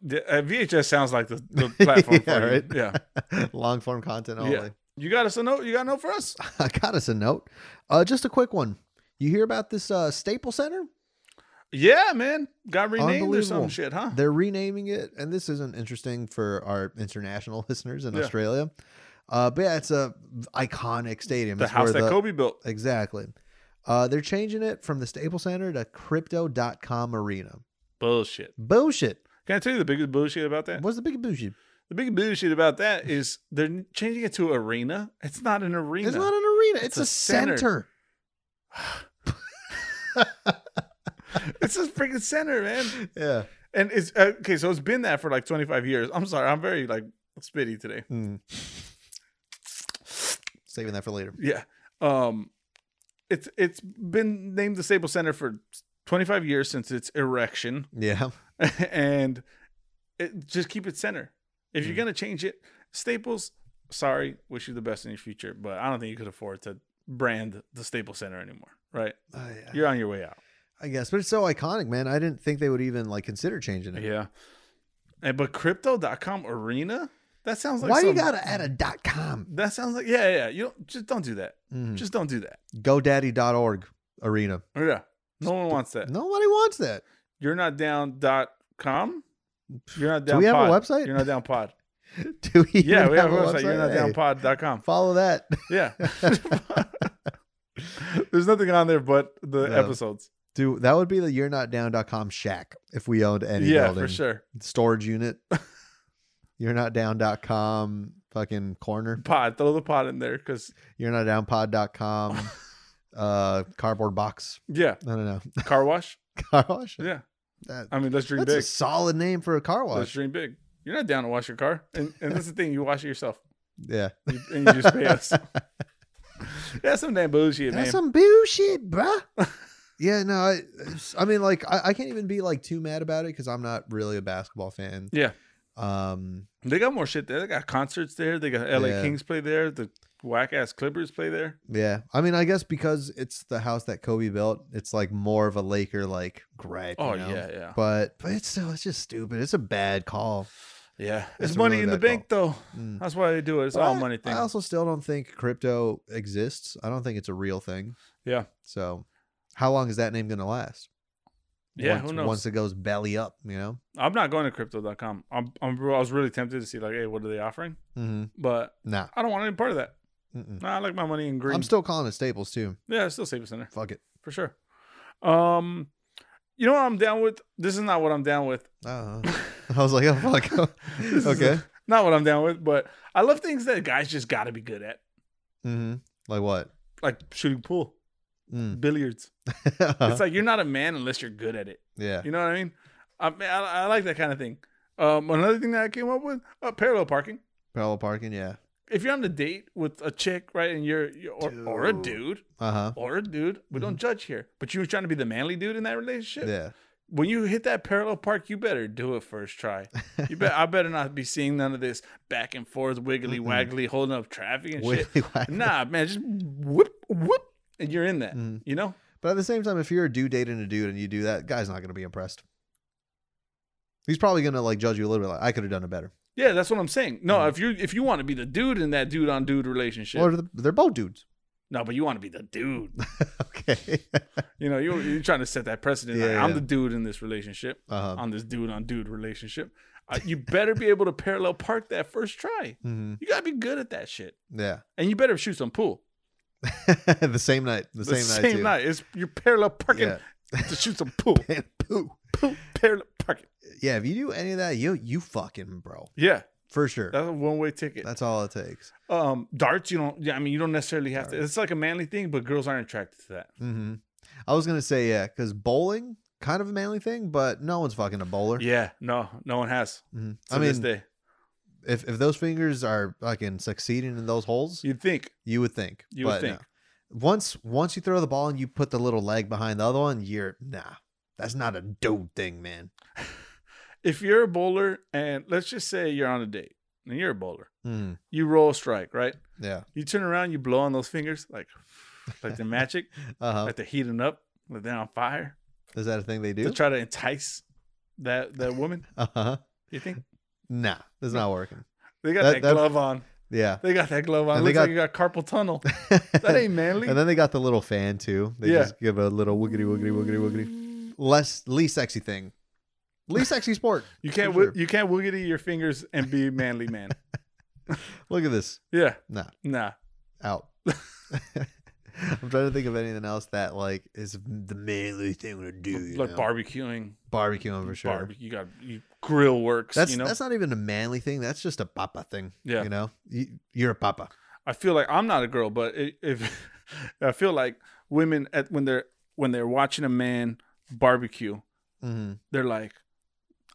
B: The- uh, VHS sounds like the, the platform.
A: Yeah,
B: for you.
A: right?
B: Yeah,
A: Long form content only.
B: Yeah. you got us a note. You got a note for us?
A: I got us a note. Uh, just a quick one. You hear about this uh, Staple Center?
B: Yeah, man, got renamed or some
A: Unbelievable.
B: shit, huh?
A: They're renaming it, and this isn't interesting for our international listeners in
B: Yeah.
A: Australia. Uh, but yeah, it's a iconic stadium.
B: The
A: It's
B: house
A: where
B: that
A: the-
B: Kobe built.
A: Exactly. Uh, they're changing it from the Staples Center to Crypto.com Arena.
B: Bullshit.
A: Bullshit.
B: Can I tell you the biggest bullshit about that?
A: What's the big bullshit?
B: The biggest bullshit about that is they're changing it to arena. It's not an arena.
A: It's not an arena. It's,
B: It's
A: a,
B: a
A: center.
B: center. it's a freaking center, man.
A: Yeah.
B: And it's uh, okay. So it's been that for like 25 years. I'm sorry. I'm very like spitty today.
A: Mm. Saving that for later.
B: Yeah. Um, it's it's been named the Staples Center for 25 years since its erection,
A: Yeah.
B: and it, just keep it center. If you're
A: Mm.
B: gonna change it, Staples. Sorry, wish you the best in your future, but I don't think you could afford to brand the Staples Center anymore. Right?
A: Oh, yeah.
B: You're on your way out.
A: I guess. But it's so iconic, man. I didn't think they would even like consider changing it.
B: Yeah. And but crypto.com arena. That sounds like
A: Why do you
B: some-
A: gotta add a dot com?
B: That sounds like yeah, yeah. You don't just don't do that.
A: Mm.
B: Just don't do that.
A: GoDaddy.org arena.
B: Yeah. No one wants that.
A: Nobody wants that.
B: You're not down dot com. You're not
A: Do
B: down
A: we have a
B: pod.
A: website?
B: You're not down pod.
A: Do we?
B: Yeah,
A: even
B: we have a website.
A: website?
B: You're not down
A: Hey,
B: pod.com.
A: Follow that.
B: Yeah. There's nothing on there but the
A: No.
B: episodes.
A: Do that would be the you're not down.com shack if we owned any
B: yeah,
A: building.
B: for sure.
A: Storage unit. you're not down.com fucking corner.
B: Pod. Throw the pod in there because
A: You're not downpod.com uh cardboard box.
B: yeah,
A: I don't know.
B: car wash.
A: Car wash.
B: Yeah.
A: That-
B: I mean, let's dream
A: that's a
B: big.
A: solid name for a car
B: Let's
A: wash.
B: dream big. You're not down to wash your car, and and that's the thing. You wash it yourself,
A: Yeah.
B: You- and you just pay us. That's some damn bullshit, man.
A: That's some bullshit, bruh. yeah, no, I, I mean, like, I, I can't even be like too mad about it because I'm not really a basketball fan.
B: Yeah.
A: Um,
B: They got more shit there. They got concerts there. They got LA
A: Yeah.
B: Kings play there. The whack ass Clippers play there.
A: yeah, I mean, I guess because it's the house that Kobe built, it's like more of a Laker like gripe. you
B: Oh
A: know?
B: yeah, yeah,
A: But but it's still it's just stupid. It's a bad call.
B: yeah. It's,
A: It's a
B: money
A: really
B: in the
A: bad
B: bank though.
A: Mm.
B: That's why they do it. It's
A: But
B: all
A: I-
B: money thing.
A: I also still don't think crypto exists. I don't think it's a real thing.
B: Yeah.
A: So, how long is that name going to last?
B: Yeah,
A: Once,
B: who knows?
A: Once it goes belly up, you know.
B: I'm not going to crypto.com. I'm, I'm I was really tempted to see like, hey, what are they offering?
A: Mm-hmm.
B: But
A: Nah.
B: I don't want any part of that.
A: Mm-mm.
B: Nah, I like my money in green.
A: I'm still calling it Staples too.
B: yeah, it's still safe center.
A: Fuck it.
B: for sure. Um, you know what I'm down with? This is not what I'm down with.
A: Uh, I was like, oh fuck.
B: This is
A: okay.
B: Not what I'm down with, but I love things that guys just got to be good at,
A: Mm-hmm. Like what?
B: like shooting pool,
A: Mm. Uh-huh.
B: billiards. It's like you're not a man unless you're good at it.
A: yeah.
B: You know what I mean? I mean, I, I like that kind of thing. Um, another thing that I came up with: uh, parallel parking.
A: Parallel parking. Yeah.
B: If you're on a date with a chick, right, and you're, you're or, or a dude,
A: Uh huh.
B: or a dude, we don't judge here. But you were trying to be the manly dude in that relationship.
A: Mm-hmm. Yeah.
B: when you hit that parallel park, you better do it first try. You bet I better not be seeing none of this back and forth, wiggly
A: Mm-mm.
B: waggly, holding up traffic and shit.
A: Wiggly waggly.
B: Nah, man, just whoop whoop, and you're in that.
A: Mhm.
B: You know?
A: But at the same time, if you're a dude dating a dude and you do that, guy's not gonna be impressed. He's probably gonna like judge you a little bit. Like I could have done it better.
B: Yeah, that's what I'm saying. No,
A: Mhm.
B: if you if you want to be the dude in that dude on dude relationship,
A: Or th- they're both dudes.
B: no, but you want to be the dude.
A: okay.
B: You know, you you're trying to set that precedent.
A: Yeah,
B: like, I'm
A: yeah.
B: the dude in this relationship,
A: Uh huh.
B: on this dude on dude relationship. Uh, you better be able to parallel park that first try.
A: hmm
B: You gotta be good at that shit,
A: Yeah.
B: and you better shoot some pool.
A: the same night. The,
B: the
A: same,
B: same,
A: night. Too.
B: night. It's your parallel parking
A: Yeah.
B: to shoot some pool.
A: And poo.
B: pool parallel parking.
A: Yeah. If you do any of that, you you fucking bro
B: Yeah,
A: for sure.
B: that's a one way ticket.
A: That's all it takes.
B: um, darts. You don't. Yeah, I mean, you don't necessarily have to. It's like a manly thing, but girls aren't attracted to that.
A: hmm I was gonna say yeah, because bowling kind of a manly thing, but no one's fucking a bowler.
B: Yeah, no, no one has.
A: Mhm.
B: To
A: I
B: this
A: mean,
B: day,
A: if, if those fingers are fucking succeeding in those holes, you,
B: you'd think.
A: would think.
B: You would
A: but no.
B: think.
A: Once once you throw the ball and you put the little leg behind the other one, you're nah. That's not a dude thing, man.
B: If you're a bowler, and let's just say you're on a date, and you're a bowler,
A: Mhm.
B: you roll a strike, right?
A: Yeah.
B: You turn around, you blow on those fingers like, like they're magic,
A: Uh huh.
B: like they're heating up, like they're on fire
A: Is that a thing they
B: to
A: do?
B: try to entice that that woman.
A: Uh huh.
B: You think
A: Nah, that's not working.
B: they got
A: That-
B: that
A: that-
B: glove on?
A: Yeah.
B: They got that glove on.
A: And
B: Looks
A: they
B: like you got carpal tunnel. That ain't manly.
A: And then they got the little fan too. They
B: Yeah.
A: just give a little wiggity wiggity wiggity wiggity. Less least sexy thing. Least sexy sport.
B: you can't
A: for
B: wi-
A: sure.
B: you can't wiggity your fingers and be manly man.
A: Look at this.
B: Yeah,
A: Nah,
B: nah.
A: out. I'm trying to think of anything else that like is the manly thing to do. You
B: like
A: know?
B: barbecuing,
A: barbecuing for sure.
B: barbe- you got you, grill works.
A: That's
B: you know,
A: that's not even a manly thing. That's just a papa thing.
B: Yeah.
A: You know, you, you're a papa.
B: I feel like I'm not a girl, but i if I feel like women at when they're when they're watching a man barbecue,
A: hmm
B: they're like,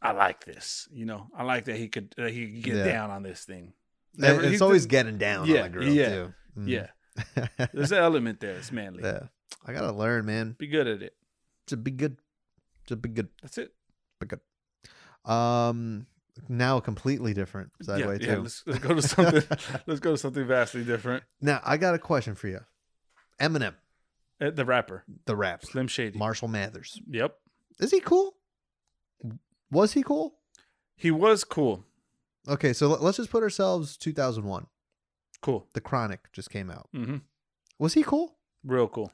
B: I like this. You know, I like that he could that he could get
A: Yeah.
B: down on this thing. Never-
A: And it's
B: he's
A: always
B: the-
A: getting down on
B: Yeah,
A: a girl
B: yeah,
A: too. Mhm.
B: yeah. There's an element there. It's manly.
A: yeah. I gotta learn, man.
B: Be good at it.
A: To be good. To be good.
B: That's it.
A: Um, now completely different segue too.
B: let's, let's go to something. let's go to something vastly different.
A: now I got a question for you. Eminem,
B: Uh, the rapper
A: the rap,
B: Slim Shady.
A: Marshall Mathers,
B: yep,
A: is he cool? Was he cool?
B: he was cool.
A: Okay, so let- let's just put ourselves 2001.
B: Cool.
A: The Chronic just came out.
B: Mm-hmm.
A: Was he cool?
B: Real cool.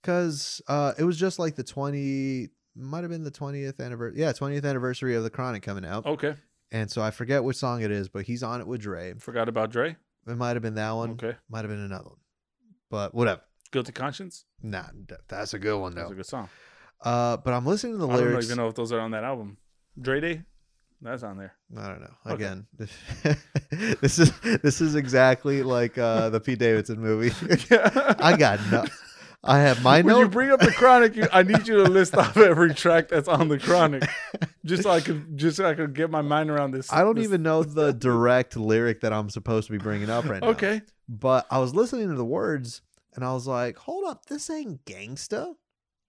A: Because uh, it was just like the 20, might have been the 20th anniversary. Yeah, 20th anniversary of the Chronic coming out.
B: Okay.
A: And so I forget which song it is, but he's on it with Dre.
B: Forgot about Dre.
A: It might have been that one.
B: Okay.
A: Might have been another one. But whatever.
B: Guilty Conscience.
A: Nah, th- that's a good one
B: That's
A: though.
B: a good song.
A: Uh, but I'm listening to the
B: I don't
A: lyrics.
B: even know if those are on that album. Dre Day. That's on there.
A: I don't know.
B: Okay.
A: Again, this is this is exactly like uh, the Pete Davidson movie.
B: Yeah.
A: I got no. I have my
B: When you
A: note.
B: bring up the Chronic, you, I need you to list off every track that's on the Chronic, just so I could just so I could get my mind around this.
A: I don't
B: this-
A: even know the direct lyric that I'm supposed to be bringing up right now.
B: Okay.
A: But I was listening to the words and I was like, "Hold up, this ain't gangsta."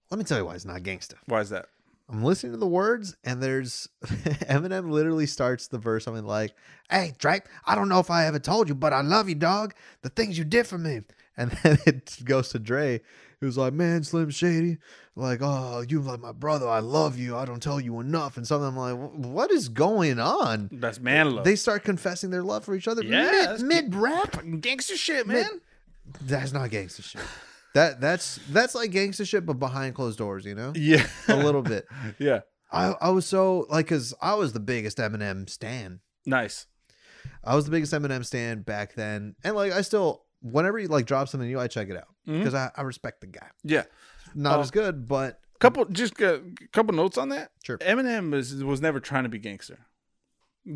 A: Let me tell you why it's not gangsta.
B: Why is that?
A: I'm listening to the words, and there's Eminem literally starts the verse something like, "Hey Drake, I don't know if I ever told you, but I love you, dog. The things you did for me." And then it goes to Dre, who's like, "Man, Slim Shady, like, oh, you like my brother. I love you. I don't tell you enough." And something I'm like, "Wh- "What is going on?"
B: That's man love.
A: They start confessing their love for each other
B: Yeah, that's-
A: mid mid rap.
B: gangster shit,
A: Man. That's not gangster shit. That that's that's like gangster shit, but behind closed doors. You know,
B: Yeah,
A: a little bit.
B: yeah,
A: I, I was so like because I was the biggest Eminem stan.
B: nice.
A: I was the biggest Eminem stan back then, and like I still whenever he like drops something new, I check it out
B: Mhm.
A: because I, I respect the guy.
B: Yeah,
A: Not
B: Oh.
A: as good, but
B: couple just a couple notes on that.
A: Sure.
B: Eminem is, was never trying to be gangster.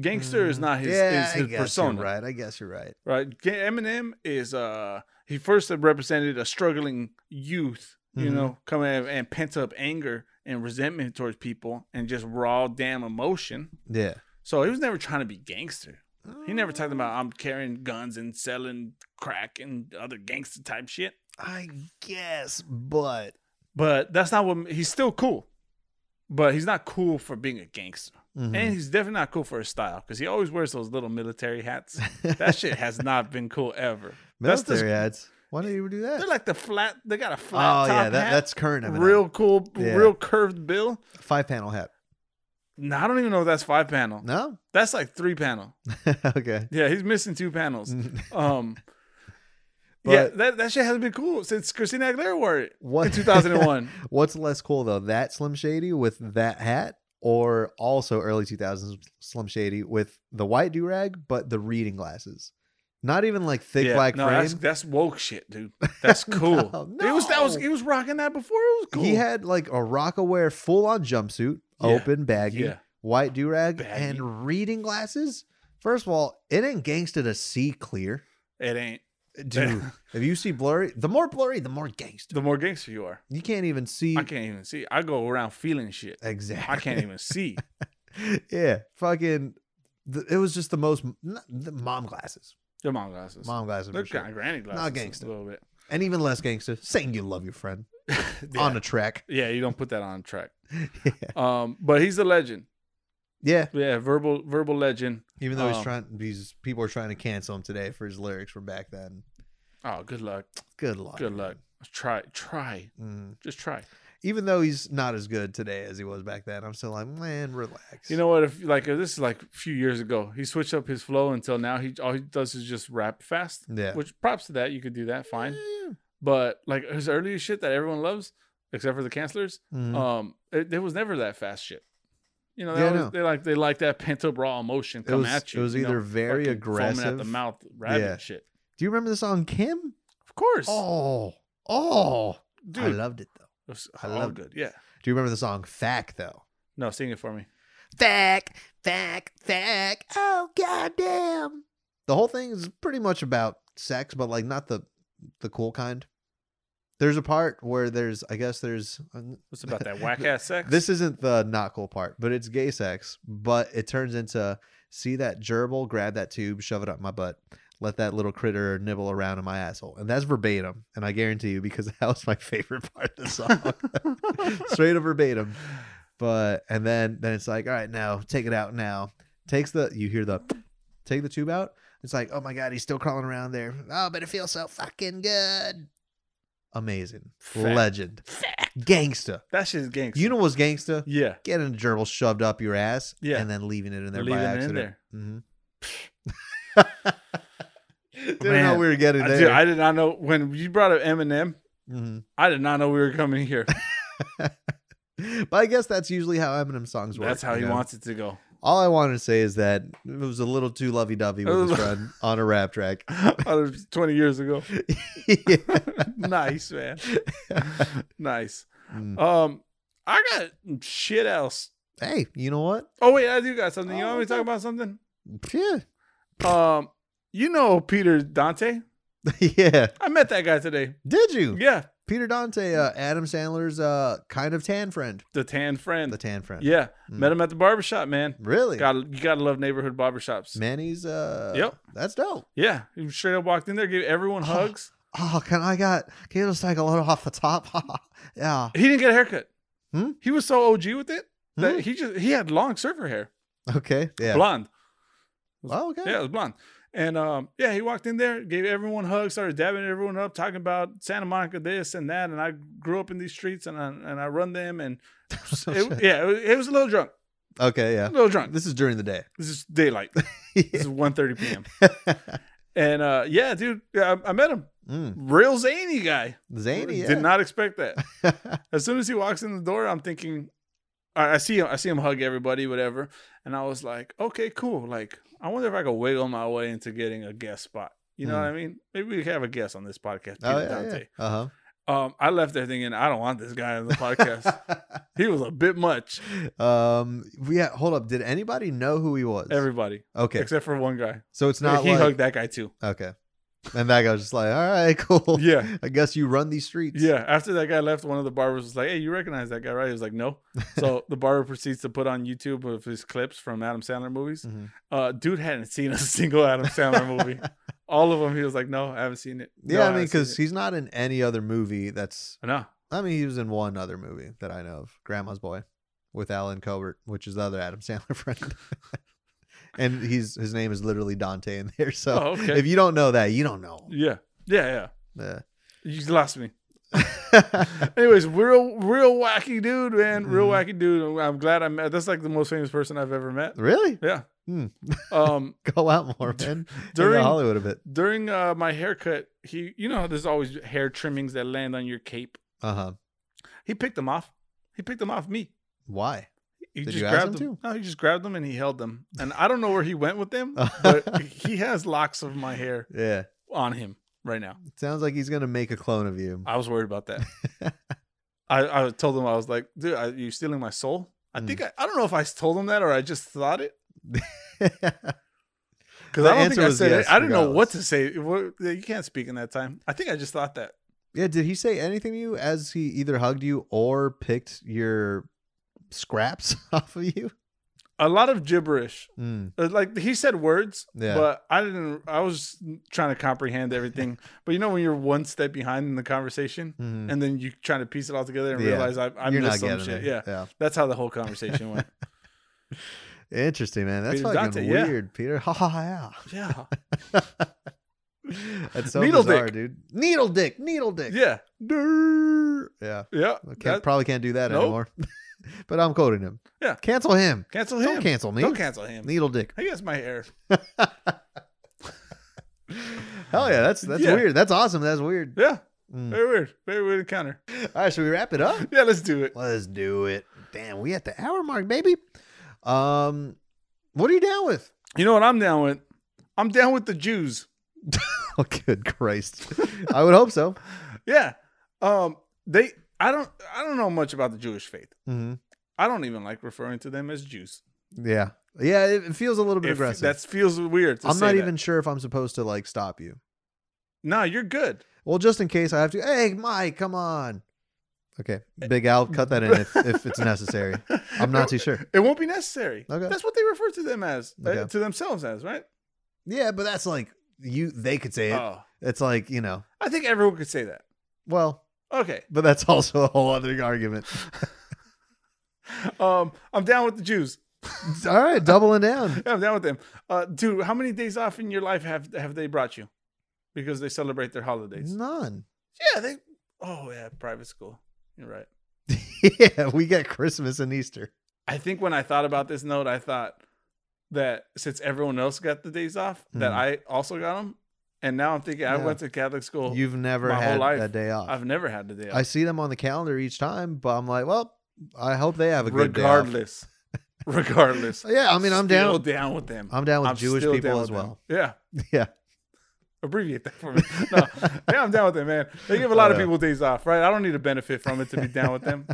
B: Gangster is not his
A: Mm, yeah,
B: is
A: I
B: his
A: guess
B: persona,
A: You're right,
B: right?
A: I guess you're right.
B: Ga- Eminem is uh he first represented a struggling youth, you
A: Mhm.
B: know, coming out and pent up anger and resentment towards people and just raw damn emotion.
A: Yeah,
B: So he was never trying to be gangster. He never talked about I'm carrying guns and selling crack and other gangster type shit.
A: I guess, but
B: But that's not what he's still cool. But he's not cool for being a gangster.
A: Mhm.
B: And he's definitely not cool for his style because he always wears those little military hats. That shit has not been cool ever. That's the-
A: military ads. Why do you do that?
B: They're like the flat. They got a flat
A: oh
B: top
A: yeah, that,
B: hat.
A: that's current Eminem.
B: real cool,
A: Yeah.
B: real curved bill.
A: five panel hat.
B: No, I don't even know if that's five panel.
A: No,
B: That's like three panel.
A: okay.
B: Yeah, he's missing two panels. Um, yeah,
A: But-
B: that, that shit hasn't been cool since Christina Aguilera wore it
A: What
B: in 2001.
A: What's less cool though, that Slim Shady with that hat, or also early 2000s Slim Shady with the white do rag, but the reading glasses, not even like thick
B: yeah,
A: black
B: no, that's,
A: frame.
B: that's woke shit, dude. That's cool.
A: No,
B: It was that was
A: no.
B: he was rocking that before it was cool.
A: He had like a rock aware full on jumpsuit,
B: Yeah.
A: open baggy,
B: Yeah.
A: white do rag,
B: Baggy.
A: and reading glasses. First of all, it ain't gangsta to see clear,
B: it ain't
A: dude. if you see blurry, the more blurry, the more gangster.
B: the more gangster you are.
A: You can't even see
B: I can't even see. I go around feeling shit.
A: exactly.
B: I can't even see.
A: yeah, fucking. th- it was just the most n- the mom glasses,
B: They're mom glasses.
A: mom glasses, for
B: They're
A: sure.
B: kind of granny glasses.
A: gangster.
B: A little bit.
A: and even less gangster. Saying you love your friend
B: Yeah.
A: on a track.
B: yeah, you don't put that on track.
A: yeah.
B: Um, but he's a legend.
A: yeah,
B: Yeah, verbal verbal legend.
A: even though he's
B: Um,
A: trying, these people are trying to cancel him today for his lyrics from back then.
B: Oh, good luck.
A: Good luck.
B: Good luck. Try, try,
A: Mm.
B: just try.
A: Even though he's not as good today as he was back then, I'm still like, man, relax.
B: You know what? If like if this is like a few years ago, he switched up his flow until now. He all he does is just rap fast.
A: Yeah.
B: Which props to that. You could do that fine. Uh,
A: Yeah.
B: But like his earlier shit that everyone loves, except for the cancelers,
A: Mhm.
B: um, it, it was never that fast shit. You know, they,
A: Yeah, I
B: always-
A: know.
B: they like they like that pent up raw emotion come
A: was-
B: at you.
A: it was
B: you
A: either very
B: fucking foaming at the
A: aggressive.
B: mouth, rabbit
A: Yeah.
B: shit.
A: Do you remember the song Kim?
B: Of course,
A: Oh, oh,
B: dude,
A: I loved it though.
B: It was
A: I
B: all
A: loved
B: good. Yeah.
A: Do you remember the song Fact though?
B: No, sing it for me.
A: Fact, fact, fact. Oh goddamn! The whole thing is pretty much about sex, but like not the the cool kind. There's a part where there's, I guess there's. uh,
B: What's about that whack ass sex?
A: This isn't the not cool part, but it's gay sex. But it turns into see that gerbil, grab that tube, shove it up my butt, let that little critter nibble around in my asshole, and that's verbatim. And I guarantee you, because that was my favorite part of the song, straight up verbatim but and then then it's like all right now take it out now takes the you hear the take the tube out it's like oh my god he's still crawling around there oh but it feels so fucking good amazing
B: Fact.
A: legend gangsta
B: that shit is gangster.
A: you know what's gangsta
B: Yeah.
A: getting a gerbil shoved up your ass
B: Yeah.
A: and then leaving it in there
B: Leaving
A: by
B: it in
A: accident
B: there.
A: Mhm. didn't know
B: Man,
A: we were getting
B: I
A: there
B: Dude, I did not know when you brought up Eminem.
A: Mhm.
B: I did not know we were coming here.
A: but i guess that's usually how eminem songs work
B: That's how
A: you
B: he
A: know?
B: wants it to go.
A: All I wanted to say is that it was a little too lovey dovey with his friend on a rap track.
B: That was Twenty years ago.
A: Yeah.
B: nice man. nice.
A: Mm.
B: Um, I got shit else.
A: Hey, you know what?
B: Oh wait, I do got something. You
A: Oh,
B: want me to talk
A: okay.
B: about something?
A: Yeah.
B: Um, you know Peter Dante.
A: yeah.
B: I met that guy today.
A: Did you?
B: Yeah,
A: Peter Dante, uh, Adam Sandler's uh, kind of tan friend.
B: the tan friend.
A: The tan friend.
B: yeah,
A: Mm.
B: met him at the barbershop, man.
A: Really?
B: Got you gotta love neighborhood barbershops.
A: Manny's. Uh,
B: Yep.
A: That's dope.
B: Yeah, he straight up walked in there, gave everyone hugs.
A: Oh, can I got? Can you just take a little off the top? yeah.
B: He didn't get a haircut.
A: Hmm?
B: He was so OG with it that
A: Hmm?
B: he just he had long surfer hair,
A: Okay. Yeah.
B: blonde.
A: Oh, okay.
B: Yeah, it was blonde. And um, yeah, he walked in there, gave everyone hugs, started dabbing everyone up, talking about Santa Monica this and that. And I grew up in these streets, and I, and I run them. And
A: So
B: it,
A: shit.
B: yeah, it was, it was a little drunk,
A: Okay.
B: a
A: Yeah.
B: little drunk.
A: This is during the day.
B: This is daylight. This is 1.30 p.m. And uh, yeah, dude, yeah, I, I met him.
A: mm.
B: Real zany guy.
A: Zany. Yeah.
B: Did not expect that. as soon as he walks in the door, I'm thinking, I, I see him, I see him hug everybody, whatever, and I was like, okay, cool. Like, I wonder if I could wiggle my way into getting a guest spot. You know
A: Hmm.
B: what I mean? Maybe we could have a guest on this podcast. Peter
A: oh yeah.
B: Dante.
A: yeah. Uh
B: Um, I left there thinking, I don't want this guy on the podcast.
A: huh.
B: he was a bit much.
A: Uh-huh. um. Yeah. Hold up. Did anybody know who he was?
B: Everybody
A: okay.
B: except for one guy.
A: so it's not
B: he
A: like
B: hugged that guy too.
A: okay. And that guy was just like, all right, cool.
B: Yeah.
A: I guess you run these streets.
B: Yeah. After that guy left, one of the barbers was like, "Hey, you recognize that guy, right?" He was like, "No." So the barber proceeds to put on YouTube of his clips from Adam Sandler movies.
A: Mhm.
B: Uh, dude hadn't seen a single Adam Sandler movie. All of them, he was like, "No, I haven't seen it."
A: Yeah,
B: No,
A: I mean,
B: haven't seen
A: because
B: it."
A: he's not in any other movie that's.
B: no,
A: I mean, he was in one other movie that I know of, Grandma's Boy, with Alan Colbert, which is the other Adam Sandler friend. and he's his name is literally Dante in there. So
B: Oh, okay.
A: if you don't know that, you don't know.
B: yeah, yeah, yeah.
A: Yeah.
B: You lost me. Anyways, real, real wacky dude, man. Real
A: Mhm.
B: wacky dude. I'm glad I met. That's like the most famous person I've ever met.
A: really?
B: Yeah.
A: Hmm.
B: Um,
A: Go out more, man. During
B: during-
A: Hollywood a bit.
B: during uh, my haircut, he, you know, how there's always hair trimmings that land on your cape.
A: Uh huh.
B: He picked them off. He picked them off me.
A: Why?
B: He
A: Did
B: just
A: you ask
B: grabbed
A: him
B: them. No, he just grabbed them and he held them. And I don't know where he went with them, but
A: yeah.
B: he has locks of my hair on him right now.
A: Sounds like he's gonna make a clone of you.
B: I was worried about that. I, I told him I was like, dude, are you stealing my soul? I
A: Hmm.
B: think I, I don't know if I told him that or I just thought it
A: Hmm.
B: because
A: The
B: I don't
A: answer
B: think I
A: was
B: said
A: yes,
B: it. I didn't know what
A: regardless.
B: to say. What, you can't speak in that time. I think I just thought that.
A: yeah. Did he say anything to you as he either hugged you or picked your scraps off of you?
B: A lot of gibberish.
A: Mm.
B: Uh, Like he said words,
A: Yeah.
B: but I didn't. I was trying to comprehend everything. but you know when you're one step behind in the conversation,
A: Mhm.
B: and then you trying to piece it all together and
A: Yeah.
B: realize I, I
A: You're
B: missed
A: not
B: some
A: getting
B: shit.
A: there.
B: Yeah, that's how the whole conversation went.
A: Yeah. Interesting, man. That's
B: Peter
A: fucking
B: Dante, yeah.
A: weird, Peter. Ha ha ha.
B: yeah,
A: yeah. That's so
B: Needle
A: bizarre,
B: dick.
A: dude. Needle dick. Needle dick.
B: yeah,
A: Durr. Yeah.
B: yeah.
A: I Can't,
B: That-
A: probably can't do that
B: Nope.
A: anymore. but I'm quoting him.
B: Yeah.
A: Cancel him.
B: cancel
A: Don't
B: him.
A: cancel me.
B: Don't cancel him.
A: Needle dick.
B: I guess my hair.
A: Hell yeah, that's that's
B: Yeah.
A: weird. That's awesome. That's weird.
B: Yeah,
A: Mm.
B: very weird. Very weird encounter.
A: All right, should we wrap it up?
B: Yeah, let's do it.
A: Let's do it. Damn, we at the hour mark, baby. Um, what are you down with?
B: You know what I'm down with? I'm down with the Jews.
A: Oh, good Christ! I would hope so.
B: Yeah. Um. They. I don't. I don't know much about the Jewish faith.
A: hmm
B: I don't even like referring to them as Jews.
A: Yeah, yeah. It it feels a little bit
B: If-
A: aggressive.
B: That feels weird. To
A: I'm
B: say
A: not
B: that.
A: even sure if I'm supposed to like stop you.
B: No, you're good.
A: Well, just in case I have to. Hey, Mike, come on. Okay, Big Al, cut that in if, if it's necessary. I'm not too sure.
B: It won't be necessary.
A: Okay.
B: That's what they refer to them as, uh,
A: Okay.
B: to themselves as, right?
A: Yeah, but that's like you. They could say it.
B: Oh,
A: It's like you know.
B: I think everyone could say that.
A: Well,
B: Okay.
A: but that's also a whole other argument.
B: Um, I'm down with the Jews.
A: All right, doubling down.
B: Yeah, I'm down with them. Uh, dude, how many days off in your life have have they brought you? Because they celebrate their holidays.
A: None.
B: Yeah, they. Oh yeah, private school. You're right.
A: yeah, we get Christmas and Easter.
B: I think when I thought about this note, I thought that since everyone else got the days off, that
A: Mhm.
B: I also got them. And now I'm thinking I
A: Yeah.
B: went to Catholic school.
A: You've never
B: my whole
A: had
B: life,
A: that day off.
B: I've never had the day off.
A: I see them on the calendar each time, but I'm like, well, I hope they have a good day.
B: regardless, regardless.
A: off. Yeah, I mean, I'm
B: Still
A: down.
B: down with them.
A: I'm down with
B: I'm
A: Jewish
B: still
A: people
B: down
A: as
B: with them.
A: well.
B: Yeah.
A: Yeah.
B: Abbreviate that for me. No, yeah, I'm down with them, man. They give a lot
A: Oh,
B: of
A: yeah.
B: people days off, right? I don't need to benefit from it to be down with them.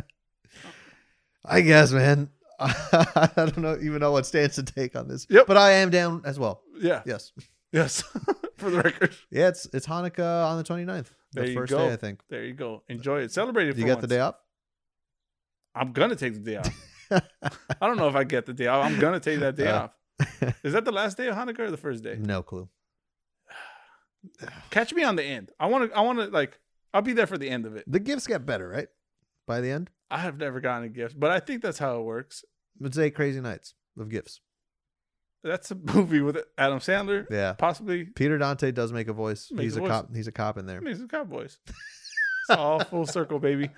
A: I guess, man. I don't know, even know what stance to take on this.
B: Yep.
A: But I am down as well.
B: Yeah.
A: Yes.
B: Yes. for the record.
A: Yeah, it's it's Hanukkah on the 29th. The
B: There you
A: first
B: go.
A: day, I think.
B: There you go. Enjoy it. Celebrate it.
A: You
B: for
A: got
B: once.
A: the day off?
B: I'm gonna take the day off. I don't know if I get the day off. I'm gonna take that day
A: Uh.
B: off. Is that the last day of Hanukkah or the first day?
A: No clue.
B: Catch me on the end. I want to. I want to like. I'll be there for the end of it.
A: The gifts get better, right? By the end?
B: I have never gotten a gift, but I think that's how it works.
A: Mosaic Crazy Nights of gifts.
B: That's a movie with Adam Sandler,
A: Yeah.
B: possibly.
A: Peter Dante does make a voice.
B: Makes
A: he's
B: a
A: a
B: voice.
A: cop. He's a cop in there.
B: I mean, it's Cowboys. It's all full circle, baby.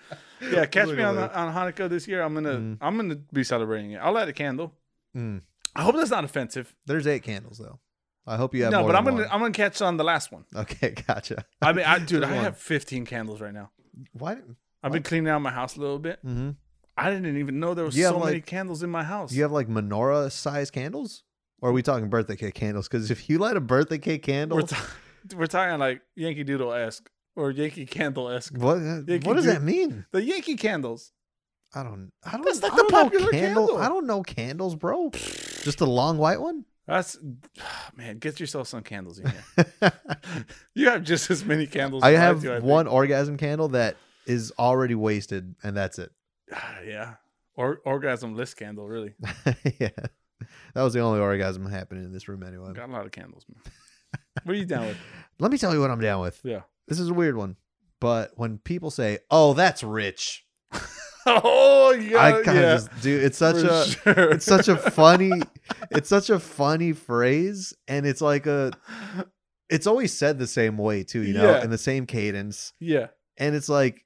B: Yeah, catch me on
A: Literally.
B: on Hanukkah this year. I'm gonna
A: Mhm.
B: I'm gonna be celebrating it. I'll light a candle.
A: Mm.
B: I hope that's not offensive.
A: There's eight candles though. I hope you have
B: No,
A: more
B: but I'm
A: than
B: gonna
A: one.
B: I'm gonna catch on the last one.
A: Okay, gotcha.
B: I mean, I, dude,
A: There's
B: I
A: one.
B: have 15 candles right now.
A: Why? didn't-
B: I've been cleaning out my house a little bit.
A: mhm.
B: I didn't even know there was
A: You have,
B: so many
A: like-
B: candles in my house.
A: Do you have like menorah size candles? Or are we talking birthday cake candles? Because if you light a birthday cake candle,
B: we're, ta- we're talking like Yankee Doodle esque or Yankee Candle esque.
A: what uh,
B: you
A: what does
B: do-
A: that mean?
B: The Yankee candles.
A: I don't. I don't.
B: That's like
A: I
B: the
A: don't know
B: popular candle.
A: I don't know candles, bro. Just a long white one.
B: That's man. Get yourself some candles in here. you have just as many candles.
A: I
B: as
A: have
B: do, I think.
A: one orgasm candle that is already wasted, and that's it.
B: Ah, yeah. Or orgasm list candle, really.
A: yeah, that was the only orgasm happening in this room anyway.
B: Got a lot of candles, man. What are you down with?
A: Let me tell you what I'm down with.
B: Yeah.
A: This is a weird one, but when people say, "Oh, that's rich,"
B: Oh, yeah.
A: I kind of
B: yeah,
A: just do. It's such
B: for
A: a
B: sure.
A: it's such a funny it's such a funny phrase, and it's like a it's always said the same way too, you know,
B: Yeah.
A: in the same cadence,
B: yeah,
A: and it's like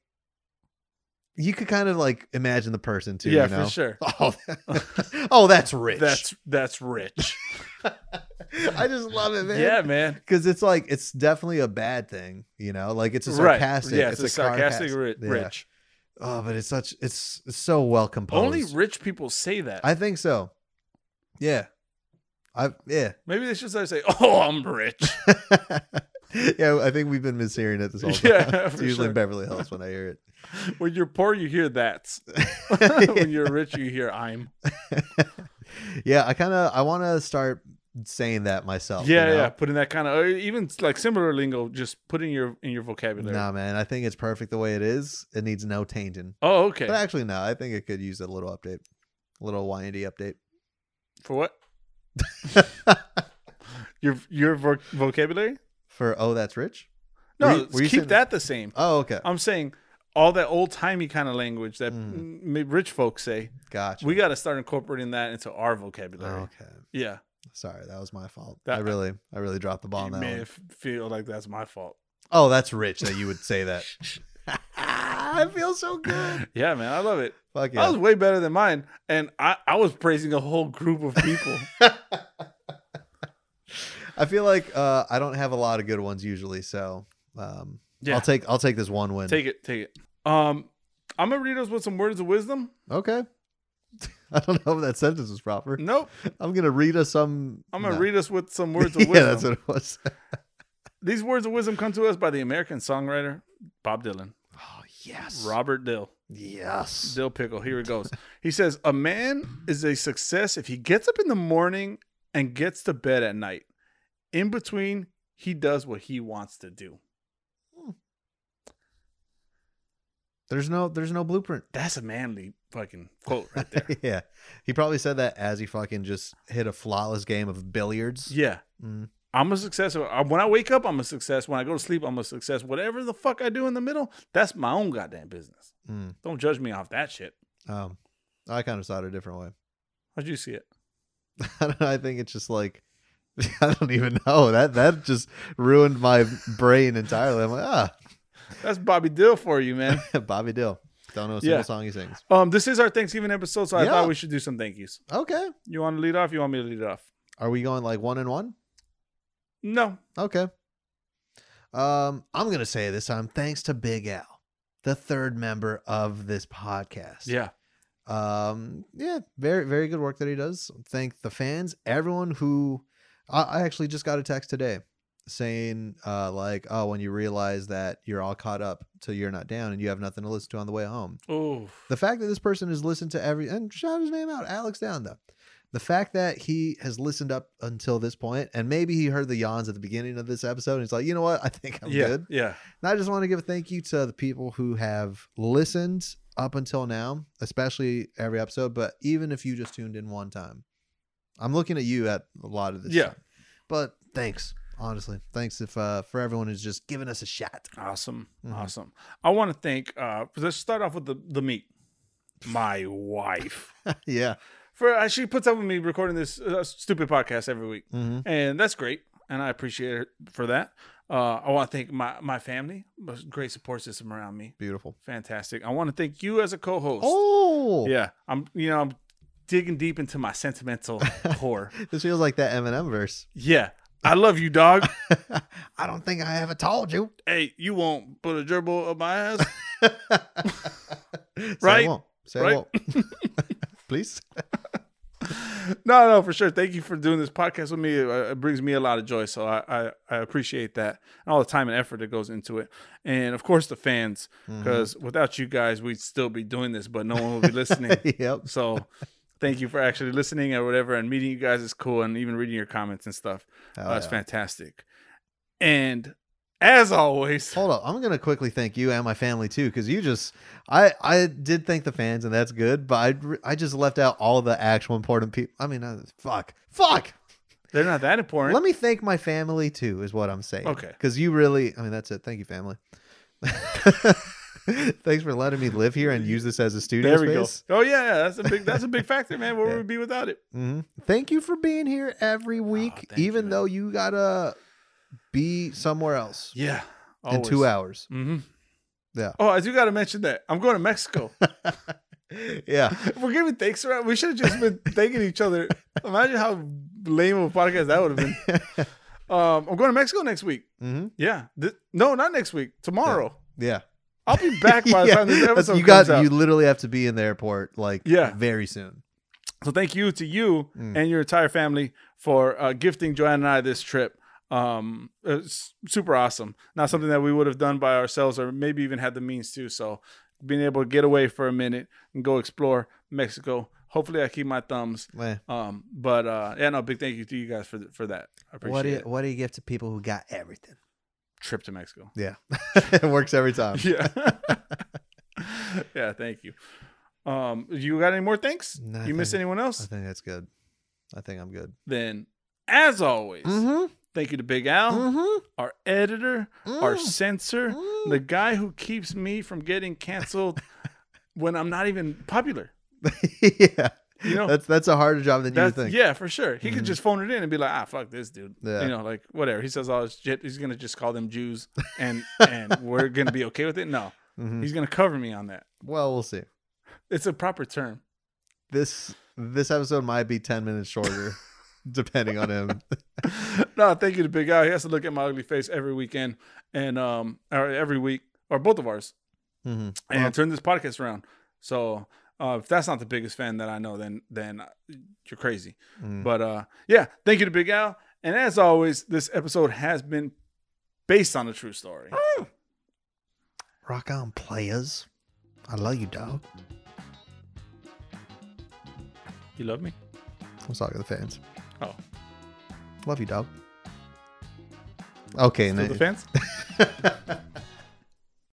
A: you could kind of like imagine the person too,
B: yeah,
A: you know.
B: for sure.
A: Oh, oh, that's rich.
B: That's that's rich.
A: I just love it, man.
B: yeah, man.
A: because it's like it's definitely a bad thing, you know. Like it's a
B: Right.
A: sarcastic,
B: Yeah, it's, a sarcastic
A: sarcastic-
B: ri-
A: yeah.
B: rich.
A: Oh, but it's such it's, it's so well composed.
B: Only rich people say that.
A: I think so. Yeah, I yeah
B: Maybe they should start saying, "Oh, I'm rich."
A: yeah. I think we've been mishearing it this whole time.
B: Yeah,
A: it's
B: for
A: usually
B: sure.
A: Beverly Hills when I hear it.
B: when you're poor, you hear that. when you're rich, you hear "I'm."
A: yeah, I kind of I want to start saying that myself. Oh, you
B: yeah,
A: know?
B: yeah. Putting that kind of, or even like similar lingo, just put in your in your vocabulary.
A: Nah, man. I think it's perfect the way it is. It needs no tainting.
B: Oh, okay.
A: But actually, no. I think it could use a little update, a little windy update.
B: For what? Your your voc- vocabulary?
A: For oh, that's rich.
B: No,
A: Were you- were you
B: keep
A: saying-
B: that the same.
A: Oh, okay.
B: I'm saying all that old timey kind of language that
A: Mm.
B: m- rich folks say.
A: Gotcha.
B: We got to start incorporating that into our vocabulary.
A: okay.
B: Yeah,
A: Sorry, that was my fault.
B: That-
A: I really, I really dropped the ball
B: you
A: on that.
B: may
A: One.
B: f- feel like that's my fault.
A: Oh, that's rich that you would say that. I feel so good.
B: Yeah, man, I love it.
A: Fuck
B: I
A: yeah.
B: was way better than mine, and I I was praising a whole group of people.
A: I feel like uh, I don't have a lot of good ones usually, so um,
B: Yeah.
A: I'll take I'll take this one win.
B: take it, take it. Um, I'm gonna read us with some words of wisdom.
A: okay. I don't know if that sentence was proper.
B: Nope,
A: I'm gonna read us some.
B: I'm gonna
A: no.
B: read us with some words of
A: yeah,
B: wisdom.
A: that's what it was.
B: These words of wisdom come to us by the American songwriter Bob Dylan,
A: Oh yes.
B: Robert Dill.
A: Yes.
B: Dill pickle. Here it goes. He says, A man is a success if he gets up in the morning and gets to bed at night. In between, he does what he wants to do.
A: There's no there's no blueprint.
B: That's a manly fucking quote right there.
A: yeah. He probably said that as he fucking just hit a flawless game of billiards.
B: yeah.
A: Mm.
B: I'm a success. Uh, When I wake up, I'm a success. When I go to sleep, I'm a success. Whatever the fuck I do in the middle, that's my own goddamn business.
A: Mm.
B: Don't judge me off that shit.
A: Um, I kind of saw it a different way.
B: How'd you see it?
A: I, don't know, I think it's just like I don't even know that that just ruined my brain entirely. I'm like
B: That's Bobby Dill for you, man.
A: ah, Bobby Dill. Don't know a single
B: Yeah.
A: song he sings.
B: um, this is our Thanksgiving episode, so I
A: Yeah.
B: thought we should do some thank yous.
A: Okay,
B: You want to lead off? You want me to lead off?
A: are we going like one and one?
B: No,
A: Okay. Um, I'm gonna say this time thanks to Big Al, the third member of this podcast.
B: Yeah.
A: um yeah very very good work that he does thank the fans everyone who i, I actually just got a text today saying uh like oh when you realize that you're all caught up till you're not down and you have nothing to listen to on the way home
B: Oh.
A: the fact that this person has listened to every and shout his name out alex down though the fact that he has listened up until this point and maybe he heard the yawns at the beginning of this episode and he's like you know what i think i'm
B: yeah.
A: good
B: Yeah.
A: and I just want to give a thank you to the people who have listened up until now, especially every episode, but even if you just tuned in one time. I'm looking at you at a lot of this.
B: Yeah.
A: stuff. But thanks. Honestly, thanks if uh, for everyone who's just giving us a shot.
B: Awesome.
A: Mhm.
B: Awesome. I want to thank uh let's start off with the the meat. my wife.
A: yeah.
B: For uh, she puts up with me recording this uh, stupid podcast every week,
A: hmm
B: and that's great, and I appreciate her for that. Uh, I want to thank my my family, great support system around me,
A: Beautiful.
B: fantastic. I want to thank you as a co-host.
A: Oh.
B: yeah, I'm you know I'm digging deep into my sentimental core.
A: This feels like that Eminem verse.
B: Yeah, I love you, dog.
A: I don't think I ever told you.
B: hey, you won't put a gerbil up my ass.
A: Say
B: Right?
A: I won't. Say
B: Right?
A: I won't. Please.
B: no, no, for sure. Thank you for doing this podcast with me. It, uh, it brings me a lot of joy, so I, I I appreciate that and all the time and effort that goes into it, and of course the fans,
A: Mm-hmm.
B: because without you guys, we'd still be doing this, but no one would be listening.
A: Mm-hmm. yep.
B: so, thank you for actually listening or whatever, and meeting you guys is cool, and even reading your comments and stuff.
A: Hell
B: Uh, It's
A: Oh, yeah.
B: fantastic, and as always,
A: Hold up. I'm gonna quickly thank you and my family too, because you just I I did thank the fans and that's good, but I re- I just left out all the actual important people. I mean, I, fuck, fuck.
B: they're not that important.
A: Let me thank my family too, is what I'm saying.
B: Okay.
A: Because you really, I mean, that's it. Thank you, family. Thanks for letting me live here and use this as a studio
B: there we go.
A: space.
B: Oh yeah, yeah, that's a big that's a big factor, man. Where
A: Yeah.
B: would we be without it?
A: hmm Thank you for being here every week,
B: Oh, thank you,
A: even
B: man.
A: though you gotta be somewhere else
B: Yeah,
A: in two hours.
B: Mm-hmm.
A: Yeah.
B: Oh, I do got to mention that I'm going to Mexico.
A: Yeah.
B: We're giving thanks around. We should have just been thanking each other. Imagine how lame of a podcast that would have been. Um, I'm going to Mexico next week.
A: hmm
B: Yeah. Th- no, not next week. Tomorrow.
A: Yeah.
B: I'll be back by the
A: Yeah,
B: time this
A: that's-
B: episode
A: you
B: comes
A: got
B: out.
A: you literally have to be in the airport like
B: Yeah.
A: very soon.
B: So thank you to you
A: Mm.
B: and your entire family for uh, gifting Joanne and I this trip. Um, it's super awesome. Not something that we would have done by ourselves, or maybe even had the means to. So being able to get away for a minute and go explore Mexico. Hopefully, I keep my thumbs.
A: Meh.
B: Um, but uh, yeah, no, big thank you to you guys for th- for that. I appreciate
A: What do you,
B: it.
A: what do you give to people who got everything?
B: Trip to Mexico.
A: Yeah. it works every time.
B: Yeah, yeah, thank you. Um, you got any more thanks?
A: No, I
B: you miss
A: think-
B: anyone
A: I
B: else?
A: think that's good. I think I'm good.
B: Then, as always,
A: Mm-hmm.
B: thank you to Big Al.
A: Mm-hmm.
B: our editor, our censor,
A: Mm.
B: the guy who keeps me from getting canceled when I'm not even popular.
A: yeah.
B: You know,
A: that's that's a harder job than you would
B: that's,
A: think.
B: yeah, for sure. He could
A: Mhm.
B: just phone it in and be like, ah, fuck this dude.
A: Yeah.
B: You know, like whatever. He says all this shit. He's gonna just call them Jews, and and we're gonna be okay with it. No,
A: Mhm.
B: he's gonna cover me on that.
A: Well, we'll see.
B: It's a proper term.
A: This this episode might be ten minutes shorter, depending on him.
B: no, thank you to Big Al. He has to look at my ugly face every weekend and um or every week or both of ours.
A: Mhm.
B: and
A: Well-
B: turn this podcast around. So uh, if that's not the biggest fan that I know, then then uh, you're crazy.
A: Mm.
B: But uh, yeah, thank you to Big Al. And as always, this episode has been based on a true story.
A: Rock on, players. I love you, dog.
B: You love me?
A: I'm talking to the fans.
B: Oh,
A: Love you, dog. Okay,
B: to
A: and
B: the fans.
A: then-